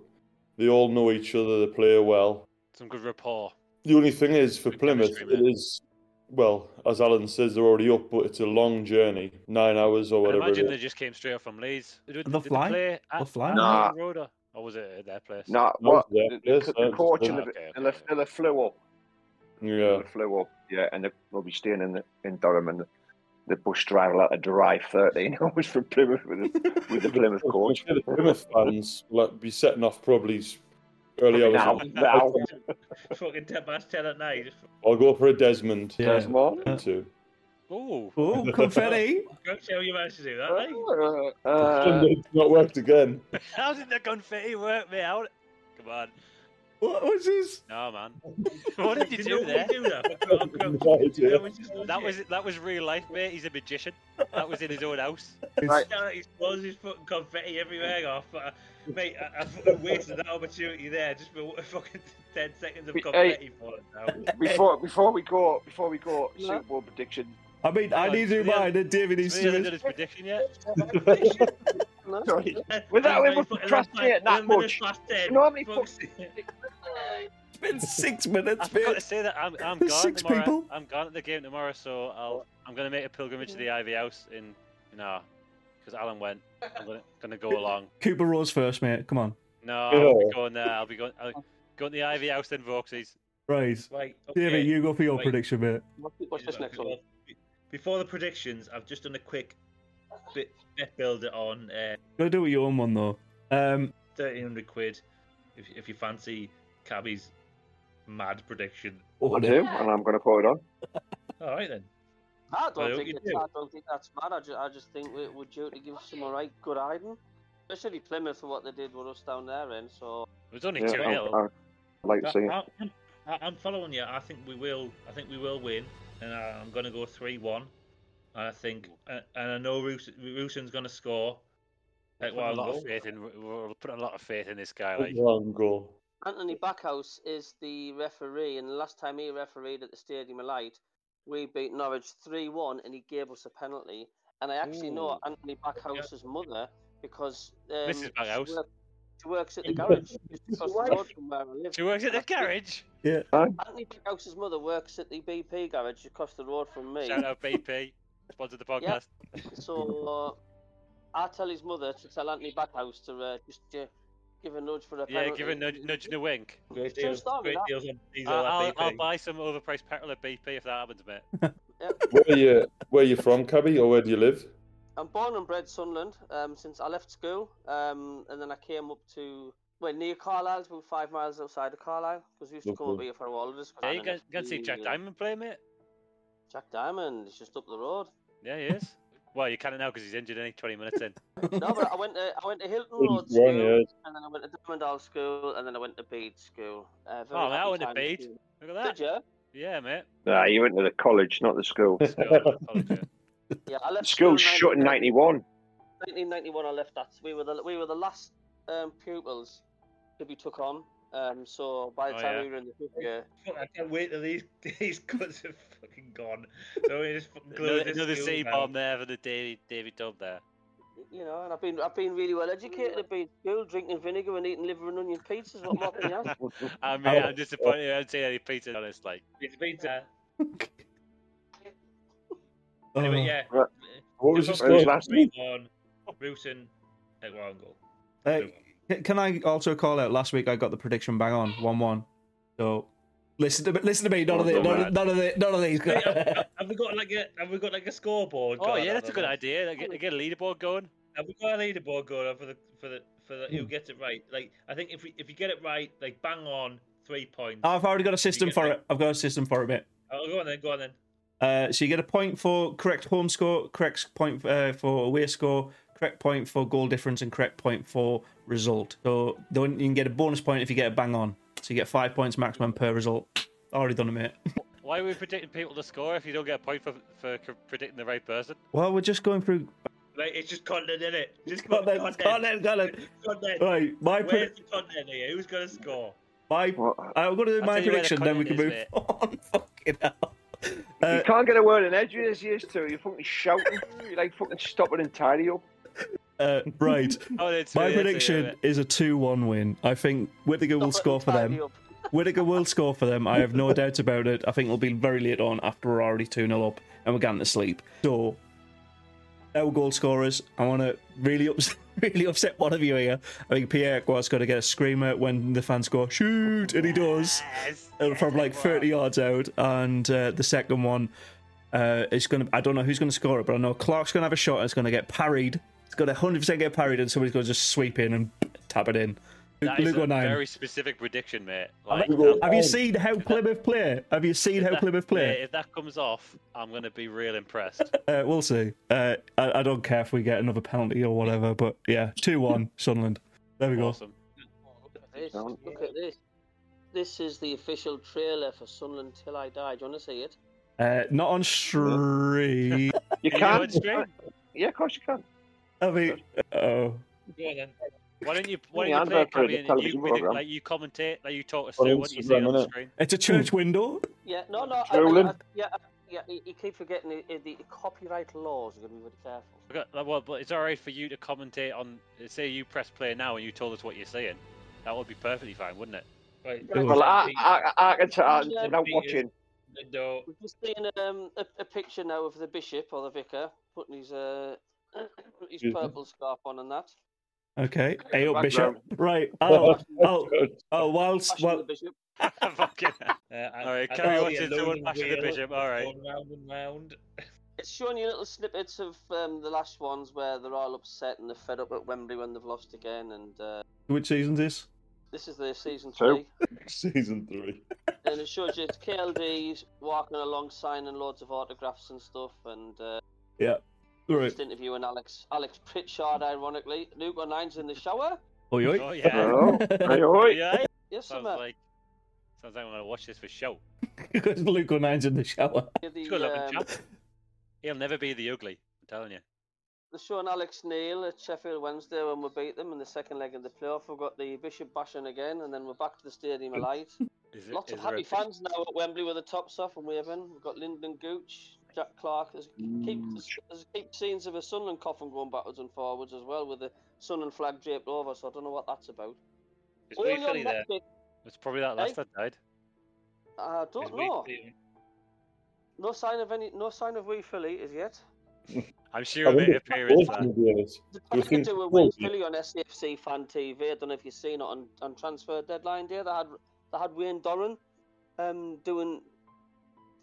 Speaker 7: they all know each other. They play well.
Speaker 2: some good rapport.
Speaker 7: The only thing is for
Speaker 2: Good
Speaker 7: Plymouth,
Speaker 2: chemistry,
Speaker 7: it
Speaker 2: mate.
Speaker 7: is well, as Alan says, they're already up, but it's a long journey, nine hours or
Speaker 2: I
Speaker 7: whatever. it
Speaker 2: imagine
Speaker 7: is.
Speaker 2: they just came straight off from Leeds. Did, did,
Speaker 1: The
Speaker 2: did
Speaker 1: fly?
Speaker 2: They play at,
Speaker 1: The fly?
Speaker 2: at
Speaker 5: Nah.
Speaker 2: Main Road, or- or was it at their place?
Speaker 5: No,
Speaker 7: No,
Speaker 5: what?
Speaker 7: yeah,
Speaker 5: The,
Speaker 7: yes,
Speaker 5: the, the
Speaker 7: that's-
Speaker 5: coach and the,
Speaker 2: okay,
Speaker 5: and the
Speaker 2: okay.
Speaker 5: and the flew up.
Speaker 7: Yeah.
Speaker 5: They flew up. Yeah, and they- they'll be staying in the, in Durham, and the, the bus driver will have to drive thirteen hours from Plymouth with the, with the Plymouth
Speaker 7: I'm
Speaker 5: coach.
Speaker 7: sure the Plymouth fans will like, be setting off probably s- early hours.
Speaker 5: Now,
Speaker 7: of-
Speaker 5: now,
Speaker 4: Fucking ten past ten at night. Just
Speaker 7: I'll go for a Desmond.
Speaker 1: Yeah.
Speaker 5: there's more.
Speaker 7: Too.
Speaker 2: Oh,
Speaker 1: Oh, confetti!
Speaker 4: go show you managed to do that. eh?
Speaker 5: Uh, uh,
Speaker 7: it's not worked again.
Speaker 2: how did the confetti work me out? Come on,
Speaker 1: what was this?
Speaker 2: no man. what did you do
Speaker 4: know we
Speaker 2: there?
Speaker 4: do that? I forgot, I forgot.
Speaker 7: No idea.
Speaker 4: That was just
Speaker 2: That
Speaker 4: bullshit.
Speaker 2: was that was real life, mate. He's a magician. That was in his own house.
Speaker 5: Right.
Speaker 4: Yeah, he throws his fucking confetti everywhere. Off, uh, mate, I, I fucking wasted that opportunity there just for fucking ten seconds of
Speaker 5: Hey.
Speaker 4: confetti for it now.
Speaker 5: before before we go before we go
Speaker 3: No.
Speaker 5: Super Bowl prediction.
Speaker 1: I mean, I
Speaker 2: Hang on,
Speaker 1: need to do
Speaker 2: somebody else-
Speaker 1: mine, and David needs
Speaker 2: Somebody
Speaker 1: to do
Speaker 2: hasn't done
Speaker 1: his.
Speaker 2: his prediction yet.
Speaker 3: No.
Speaker 5: Sorry. Without
Speaker 4: Mate,
Speaker 5: him
Speaker 4: fucking
Speaker 5: procrastinating
Speaker 4: last
Speaker 5: that
Speaker 4: night, eleven
Speaker 5: much.
Speaker 4: minutes Past 10,
Speaker 5: You know how many
Speaker 4: fuck's sake.
Speaker 1: It's been six minutes,
Speaker 2: I forgot to
Speaker 1: mate.
Speaker 2: say that I'm, I'm
Speaker 1: There's
Speaker 2: gone
Speaker 1: six
Speaker 2: tomorrow.
Speaker 1: people.
Speaker 2: I'm gone at the game tomorrow, so I'll I'm gonna make a pilgrimage to the Ivy House in no, because Alan went. I'm gonna gonna go along.
Speaker 1: Cooper Rose first, mate. Come on.
Speaker 2: No, I'll
Speaker 7: Yeah.
Speaker 2: be going there. I'll be going. I'll, Going to the Ivy House then, Vauxes.
Speaker 1: Right.
Speaker 4: Right, okay.
Speaker 1: David, you go for your
Speaker 4: Right.
Speaker 1: prediction, mate.
Speaker 3: What's, what's this next one?
Speaker 4: Before the predictions, I've just done a quick bit bet builder on uh,
Speaker 1: Gotta do it your own one though. Um,
Speaker 4: thirteen hundred quid. If, if you fancy Cabby's mad prediction,
Speaker 1: Oh,
Speaker 5: I do, and I'm going to put it on.
Speaker 4: all right then.
Speaker 3: I don't
Speaker 4: Well,
Speaker 3: think
Speaker 4: you
Speaker 3: it's,
Speaker 4: do.
Speaker 3: I don't think that's mad. I just, I just think we're, we're due to give some right good hiding, especially Plymouth for what they did with us down there. And so
Speaker 2: It was only
Speaker 5: Yeah,
Speaker 2: two
Speaker 5: I-
Speaker 2: nil.
Speaker 5: I- I'd like to see it.
Speaker 4: I, I'm, I- I'm following you. I think we will. I think we will win, and I, I'm going to go three-one. And I think, and, and I know Rus- Rusin's going to score. Like,
Speaker 2: Putting a
Speaker 4: well,
Speaker 2: lot of
Speaker 4: well,
Speaker 2: faith in. We're putting a lot of faith in this guy. Like,
Speaker 7: Long goal.
Speaker 3: Anthony Backhouse is the referee, and the last time he refereed at the Stadium of Light, we beat Norwich three one, and he gave us a penalty. And I actually know Anthony Backhouse's mother because um,
Speaker 2: Mrs. Backhouse.
Speaker 3: She, work- she works at the garage just across the road from where I live.
Speaker 2: she works at the garage.
Speaker 3: Anthony Backhouse's mother works at the BP garage across the road from me.
Speaker 2: Shout out BP, sponsor the podcast.
Speaker 3: So uh, I tell his mother to tell Anthony Backhouse to uh, just uh, give a nudge for a
Speaker 2: Yeah,
Speaker 3: penalty.
Speaker 2: give a nudge, nudge and a wink.
Speaker 4: great
Speaker 3: Just
Speaker 4: deals,
Speaker 3: start with
Speaker 4: great
Speaker 3: that.
Speaker 4: deals on diesel
Speaker 2: I'll,
Speaker 4: at
Speaker 2: I'll,
Speaker 4: BP.
Speaker 2: I'll buy some overpriced petrol at BP if that happens, mate.
Speaker 7: Where are you? Where you from, Cabby, or where do you live?
Speaker 3: I'm born and bred Sunderland. Um, since I left school, um, and then I came up to well near Carlisle, it's about five miles outside of Carlisle, because we used to come
Speaker 7: Lovely.
Speaker 3: over here for our holidays. 'cause I
Speaker 2: Yeah, you
Speaker 3: had
Speaker 2: can,
Speaker 3: an
Speaker 2: can see Jack
Speaker 3: FD, uh,
Speaker 2: Diamond play, mate.
Speaker 3: Jack Diamond, it's just up the road.
Speaker 2: Yeah, he is. well, you can't now because he's injured. Any twenty minutes in.
Speaker 3: No, but I went to I went to Hilton
Speaker 7: Wrong,
Speaker 3: Road School,
Speaker 7: yeah.
Speaker 3: and then I went to Diamondale School, and then I went to Bede School. Uh, very
Speaker 2: Oh,
Speaker 3: happy
Speaker 2: I went to
Speaker 3: times
Speaker 2: Bede.
Speaker 3: too.
Speaker 2: Look
Speaker 3: Did
Speaker 2: at that.
Speaker 3: you?
Speaker 2: Yeah, mate.
Speaker 5: Nah, you went to the college, not the school.
Speaker 2: Let's go, I'll apologise.
Speaker 3: Yeah, I
Speaker 5: The
Speaker 3: left
Speaker 5: school's
Speaker 3: school
Speaker 5: shut in '91.
Speaker 3: 1991 I left that. We were the we were the last um, pupils to be took on. Um, so by the
Speaker 2: Oh,
Speaker 3: time
Speaker 2: yeah.
Speaker 3: we were in the fifth year,
Speaker 4: Fuck, I can't wait till these these cuts are fucking gone. So we just fucking close
Speaker 2: another
Speaker 4: this
Speaker 2: another
Speaker 4: school
Speaker 2: C
Speaker 4: down.
Speaker 2: bomb there for the Davy Davy Dub there.
Speaker 3: you know, and I've been I've been really well educated. I've been school drinking vinegar and eating liver and onion pizzas. What more can you ask?
Speaker 2: I mean, I'm disappointed. I haven't seen any pizza on this. Like,
Speaker 4: It's pizza.
Speaker 1: Oh. Uh,
Speaker 4: Anyway, yeah.
Speaker 5: Right.
Speaker 7: What was your
Speaker 5: Where was
Speaker 7: score?
Speaker 5: last
Speaker 4: Three-one. Rusin at one goal.
Speaker 1: Uh,
Speaker 4: Two-one.
Speaker 1: c- can I also call out? Last week I got the prediction bang on one one. So listen to me- listen to me. None of the,
Speaker 5: Oh,
Speaker 1: none,
Speaker 5: man.
Speaker 1: none of the, none of these.
Speaker 4: Hey, have, have we got like a have we got like a scoreboard?
Speaker 2: oh
Speaker 4: going
Speaker 2: yeah,
Speaker 4: on
Speaker 2: that's a
Speaker 4: on
Speaker 2: good
Speaker 4: this?
Speaker 2: idea. Like, Get, get a leaderboard going.
Speaker 4: Have we got a leaderboard going on for the for the for the,
Speaker 1: Hmm.
Speaker 4: who gets it right? Like I think if we if you get it right, like bang on three points.
Speaker 1: I've already got a system for it. I've got a system for it, mate.
Speaker 4: oh, go on then, go on then.
Speaker 1: Uh, so you get a point for correct home score, correct point uh, for away score, correct point for goal difference, and correct point for result. So then you can get a bonus point if you get a bang on. So you get five points maximum per result. Already done it, mate.
Speaker 2: Why are we predicting people to score if you don't get a point for for c- predicting the right person?
Speaker 1: Well, we're just going through.
Speaker 4: Like it's just content in it. Just put
Speaker 1: Content, content, content.
Speaker 4: Content.
Speaker 1: Right, my
Speaker 4: Where's
Speaker 1: predi-
Speaker 4: the content here? Who's gonna score?
Speaker 1: my
Speaker 5: What?
Speaker 1: I'm gonna do
Speaker 2: I'll
Speaker 1: my
Speaker 2: tell you where the
Speaker 1: prediction, then we can move
Speaker 2: content
Speaker 1: on. Fucking hell. Uh,
Speaker 5: you can't get a word in edges, you used to. You're fucking shouting. You like fucking stop it and tidy up.
Speaker 1: uh, right,
Speaker 2: Oh, it's
Speaker 1: my
Speaker 2: it's-
Speaker 1: prediction is a two-one win. I think Whittaker will
Speaker 3: Stop it
Speaker 1: score
Speaker 3: and
Speaker 1: for
Speaker 3: tidy
Speaker 1: them.
Speaker 3: up.
Speaker 1: Whitaker will score for them. I have no doubts about it. I think it'll be very late on after we're already 2 0 up and we're going to sleep. So, our goal scorers, I want to really upset, really upset one of you here. I think Pierre Agua's got to get a screamer when the fans go, shoot, and he does
Speaker 2: Yes,
Speaker 1: uh,
Speaker 2: yes,
Speaker 1: from like
Speaker 2: Edouard.
Speaker 1: 30 yards out, and uh, the second one uh, is going to. I don't know who's going to score it, but I know Clark's going to have a shot and it's going to get parried. It's going to 100% get parried, and somebody's going to just sweep in and tap it in.
Speaker 2: That is
Speaker 1: Lugo
Speaker 2: a
Speaker 1: 9.
Speaker 2: very specific prediction, mate. Like,
Speaker 7: Lugo-
Speaker 2: that-
Speaker 1: Have you seen how Plymouth play? Have you seen how
Speaker 2: that-
Speaker 1: Plymouth
Speaker 2: mate,
Speaker 1: play?
Speaker 2: If that comes off, I'm gonna be real impressed.
Speaker 1: Uh, we'll see. Uh, I, I don't care if we get another penalty or whatever, but yeah, 2 1, Sunderland. There we go.
Speaker 2: awesome.
Speaker 3: This,
Speaker 5: Don't-
Speaker 3: look at this. This is the official trailer for Sunderland Till I Die. Do you want to see it?
Speaker 1: Uh, not on stream.
Speaker 2: Can you
Speaker 5: You can.
Speaker 2: do it straight?
Speaker 5: yeah, of course you can.
Speaker 1: I mean, oh.
Speaker 4: Go on then.
Speaker 2: Why don't you? Why
Speaker 5: Yeah,
Speaker 2: don't you
Speaker 5: I'd
Speaker 2: play
Speaker 5: vote
Speaker 2: Cammy,
Speaker 5: for it, the
Speaker 2: and you
Speaker 5: television
Speaker 2: be the-
Speaker 5: programme.
Speaker 2: like you commentate, like you talk us
Speaker 7: On
Speaker 2: through what you see
Speaker 7: Instagram,
Speaker 2: on the
Speaker 7: innit?
Speaker 2: screen?
Speaker 1: It's a church window.
Speaker 3: Yeah, no, no. I,
Speaker 5: Trolling.
Speaker 3: I, I, yeah, I- yeah. You, you keep forgetting the, the copyright laws. You're going to be very careful.
Speaker 2: We got- Well, but it's all right for you to commentate on. Say you press play now, and you told us what you're seeing. That would be perfectly fine, wouldn't it?
Speaker 4: Right.
Speaker 1: Ooh.
Speaker 5: Well, I, I, I can tell
Speaker 3: Yeah.
Speaker 5: without watching.
Speaker 4: Lindo,
Speaker 3: We've just seen um, a, a picture now of the bishop or the vicar putting his uh, his
Speaker 7: Excuse me?
Speaker 3: purple scarf on and that.
Speaker 1: Okay. Hey, up, Bishop.
Speaker 5: Background.
Speaker 1: Right. Oh, oh,
Speaker 7: Good.
Speaker 1: oh, whilst,
Speaker 3: Bashing
Speaker 1: well,
Speaker 3: the bishop.
Speaker 2: Fucking hell.
Speaker 4: uh, I-
Speaker 2: All right,
Speaker 4: I
Speaker 2: carry
Speaker 4: see
Speaker 2: on
Speaker 4: a
Speaker 2: to
Speaker 4: load
Speaker 2: doing
Speaker 4: of
Speaker 2: Bash of the
Speaker 4: wheels
Speaker 2: Bishop, all right.
Speaker 4: going round and round.
Speaker 3: It's showing you little snippets of um, the last ones where they're all upset and they're fed up at Wembley when they've lost again. And uh,
Speaker 1: which season's this?
Speaker 3: this is the season
Speaker 5: Two.
Speaker 3: three,
Speaker 7: Season three.
Speaker 3: and it shows you it's KLD walking along, signing loads of autographs and stuff, and uh,
Speaker 1: Right.
Speaker 3: just interviewing Alex Alex Pritchard. Ironically, Luke O'Nine's in the shower.
Speaker 1: Oi, oi.
Speaker 2: Oh yeah.
Speaker 5: Oh, hey, oi.
Speaker 2: Yeah.
Speaker 3: Yes,
Speaker 2: Sounds
Speaker 3: summer.
Speaker 2: like sounds like I'm gonna watch this for show.
Speaker 1: Because Luke O'Nine's in the shower.
Speaker 2: He's
Speaker 3: The,
Speaker 2: good looking
Speaker 3: um,
Speaker 2: chap. He'll never be the ugly. I'm telling you.
Speaker 3: the show on Alex Neil at Sheffield Wednesday when we beat them in the second leg of the playoff. We've got the Bishop bashing again, and then we're back to the stadium alight.
Speaker 2: Is it-
Speaker 3: Lots of
Speaker 2: is there a
Speaker 3: happy
Speaker 2: pic-
Speaker 3: fans now at Wembley with the tops off and waving. We've got Lyndon Gooch, Jack Clark. There's keep,
Speaker 5: Mm.
Speaker 3: there's, there's keep scenes of a Sunderland coffin going backwards and forwards as well with the Sunderland flag draped over, so I don't know what that's about.
Speaker 4: It's
Speaker 3: Only
Speaker 4: weird,
Speaker 3: on
Speaker 4: Philly, there.
Speaker 3: Netflix,
Speaker 2: It's probably that last that died.
Speaker 3: I
Speaker 4: It's
Speaker 3: don't
Speaker 4: weird,
Speaker 3: know.
Speaker 4: Philly.
Speaker 3: No sign of any. No sign of Wee Philly as yet.
Speaker 2: I'm
Speaker 7: I
Speaker 2: sure of it
Speaker 7: wonder-
Speaker 2: appearance
Speaker 7: Both
Speaker 2: that.
Speaker 7: of those.
Speaker 3: I
Speaker 7: You
Speaker 3: could
Speaker 7: think-
Speaker 3: do a
Speaker 7: well,
Speaker 3: Wee Philly on SCFC Fan TV. I don't know if you've seen it on, on Transfer Deadline Day. They had they had Wayne Doran um, doing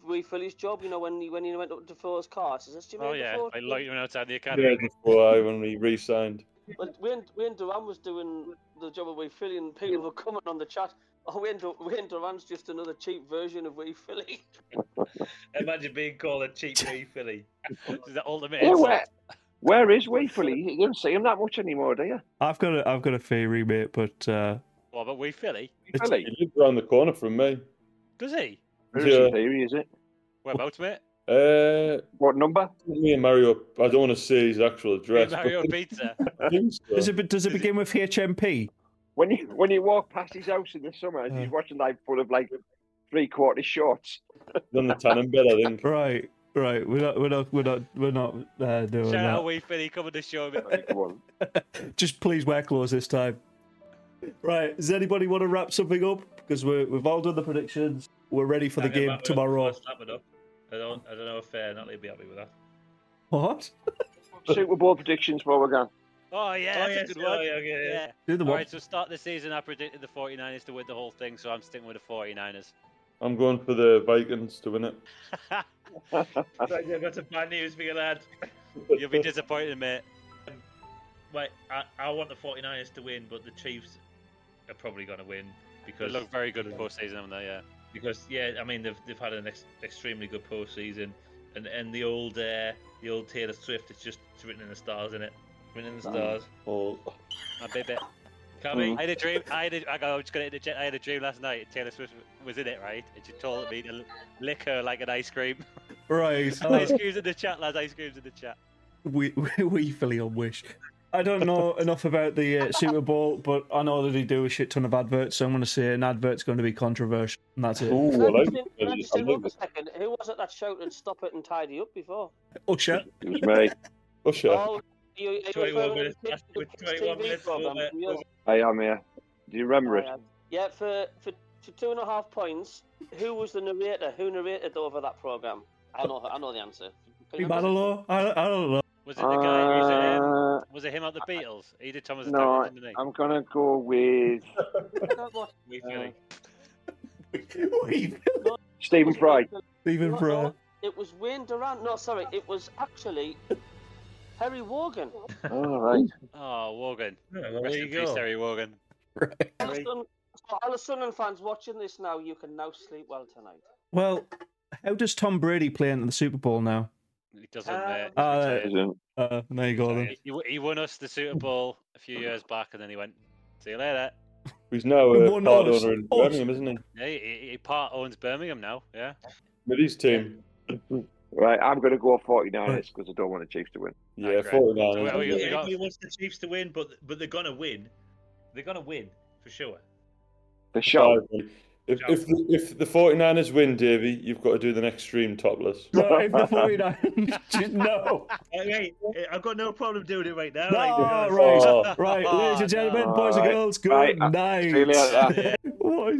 Speaker 3: Wee Philly's job. You know when he when he went up to Defoe's car. Is this Jermaine
Speaker 2: Oh yeah,
Speaker 3: Defoe?
Speaker 2: I like him outside the
Speaker 7: Yeah,
Speaker 2: academy.
Speaker 7: before I when we re-signed.
Speaker 3: Well, Wayne, Wayne Duran was doing the job of Wee Philly, and people were coming on the chat. Oh, Wayne, Dur- Wayne Duran's just another cheap version of Wee Philly.
Speaker 4: Imagine being called a cheap wee Philly.
Speaker 2: This is the ultimate
Speaker 5: Yeah,
Speaker 2: insult.
Speaker 5: where, where is Waverley? You don't see him that much anymore, do you?
Speaker 1: I've got a, I've got a theory, mate, but uh,
Speaker 2: What about we Philly?
Speaker 1: It's-
Speaker 5: Really?
Speaker 7: He lived around the corner from me.
Speaker 2: Does he?
Speaker 5: Conspiracy theory, is it?
Speaker 2: Whereabouts, mate?
Speaker 7: Uh,
Speaker 5: What number?
Speaker 7: me and Mario. I don't want to say his actual
Speaker 2: Hey,
Speaker 7: address. but
Speaker 2: Mario Pizza.
Speaker 7: I think so.
Speaker 1: does it be- does it begin with HMP?
Speaker 5: When you when you walk past his house in the summer, and he's
Speaker 2: Uh.
Speaker 1: Yeah.
Speaker 5: watching like full of like three quarter shorts.
Speaker 7: on the tanning bed, I think.
Speaker 1: Right, right. We're not we're not we're not we're not uh, doing
Speaker 2: Shout out
Speaker 1: that.
Speaker 2: we Philly coming to show me.
Speaker 5: One.
Speaker 1: Just please wear clothes this time. Right. Does anybody want to wrap something up? Because we're we've all done the predictions. We're ready for the
Speaker 4: Hang on,
Speaker 1: game
Speaker 4: Matt,
Speaker 1: tomorrow.
Speaker 4: I'll slap it up. I don't, I don't know if uh, Natalie will be happy with that.
Speaker 1: What?
Speaker 5: Super Bowl predictions for we're going.
Speaker 2: Oh yeah, that's a good
Speaker 4: oh,
Speaker 2: one.
Speaker 4: yeah, okay, yeah.
Speaker 2: Yeah.
Speaker 1: Do the
Speaker 2: All
Speaker 1: what?
Speaker 2: right, so start the season. I predicted the 49ers to win the whole thing, so I'm sticking with the 49ers.
Speaker 7: I'm going for the Vikings to win it.
Speaker 4: Right, yeah, That's a bad news for your lad.
Speaker 2: You'll be disappointed, mate.
Speaker 4: Wait, I, I want the 49ers to win, but the Chiefs are probably going to win
Speaker 2: They
Speaker 4: because
Speaker 2: look very good postseason, haven't they? Yeah.
Speaker 4: because yeah, I mean they've they've had an ex- extremely good postseason, and and the old uh, the old Taylor Swift it's just it's written in the stars, in it? Written in the
Speaker 5: Um,
Speaker 4: stars.
Speaker 7: Oh,
Speaker 2: My baby.
Speaker 4: Can we?
Speaker 2: I had a dream. I had. A, I go, I'm just gonna interject. I had a dream last night. Taylor Swift was in it, right? And she told me to lick her like an ice cream.
Speaker 1: Right.
Speaker 2: ice creams in the chat, lads. Ice creams in the chat.
Speaker 1: we we, we fully on wish. I don't know enough about the uh, Super Bowl, but I know that they do a shit ton of adverts. So I'm going to say an advert's going to be controversial, and that's it.
Speaker 7: Ooh, I
Speaker 3: Can I
Speaker 7: like
Speaker 3: just in- can I
Speaker 7: it.
Speaker 3: just
Speaker 7: I
Speaker 3: interrupt
Speaker 7: love
Speaker 3: a
Speaker 7: it.
Speaker 3: second? Who was it that shouted "Stop it" and tidy up before?
Speaker 1: Usher,
Speaker 5: It was me.
Speaker 7: Usher.
Speaker 3: Oh, you, are you
Speaker 4: 21
Speaker 3: referring
Speaker 4: minutes
Speaker 3: to the
Speaker 4: left,
Speaker 3: kids'
Speaker 4: with 21
Speaker 3: TV
Speaker 4: minutes
Speaker 3: programme
Speaker 4: over.
Speaker 3: from years
Speaker 5: I am here. Do you remember it?
Speaker 3: ago? Yeah, for for To two and a half points. Who was the narrator? Who narrated over that program? I know. I know the answer.
Speaker 1: Be
Speaker 3: Can you remember?
Speaker 1: Manilo? I, I don't know.
Speaker 2: Was it the guy? Was it him?
Speaker 5: Uh,
Speaker 2: Was it him at the Beatles? He did Thomas and
Speaker 5: no,
Speaker 2: Down, didn't he?
Speaker 5: I'm gonna go with
Speaker 3: That was-
Speaker 4: We feel like
Speaker 5: Stephen Fry.
Speaker 1: Stephen
Speaker 3: No,
Speaker 1: Fry.
Speaker 3: no, It was Wayne Durant. No, sorry. It was actually Harry Wogan.
Speaker 5: All right.
Speaker 2: Oh, Wogan.
Speaker 4: Yeah, well,
Speaker 2: Rest
Speaker 4: there you
Speaker 2: in peace,
Speaker 4: go.
Speaker 2: Terry Wogan.
Speaker 3: Alison, so all the Sunderland fans watching this now, you can now sleep well tonight.
Speaker 1: Well, how does Tom Brady play in the Super Bowl now?
Speaker 2: He doesn't.
Speaker 3: Um,
Speaker 2: Uh,
Speaker 1: Uh,
Speaker 2: retired.
Speaker 5: Isn't-
Speaker 1: Uh, there you go then.
Speaker 2: He- he, he won us the Super Bowl a few years back, and then he went. See you later.
Speaker 7: He's now
Speaker 1: The
Speaker 7: a
Speaker 1: one
Speaker 7: part
Speaker 1: horse.
Speaker 7: owner in
Speaker 1: Horse.
Speaker 7: Birmingham, isn't he?
Speaker 2: Yeah, he, he- he part owns Birmingham now. Yeah.
Speaker 7: With his team.
Speaker 5: Right, I'm gonna go 49ers because I don't want the Chiefs to win.
Speaker 7: Yeah,
Speaker 2: great.
Speaker 7: 49.
Speaker 2: So we- we-
Speaker 7: isn't he?
Speaker 2: we got-
Speaker 4: everybody wants the Chiefs to win, but but they're gonna win. They're gonna win for sure.
Speaker 5: The show.
Speaker 7: If, if, the, if the 49ers win, Davey, you've got to do the next stream topless.
Speaker 1: No, if the 49ers, no.
Speaker 4: Hey, hey, hey, I've got no problem doing it right now. like, to be
Speaker 1: Ah,
Speaker 4: honest.
Speaker 1: right,
Speaker 7: Oh.
Speaker 1: right, ladies and gentlemen,
Speaker 5: no.
Speaker 1: boys and
Speaker 5: Right,
Speaker 1: girls, good
Speaker 5: right, uh,
Speaker 1: night.
Speaker 5: see you later.
Speaker 1: What is-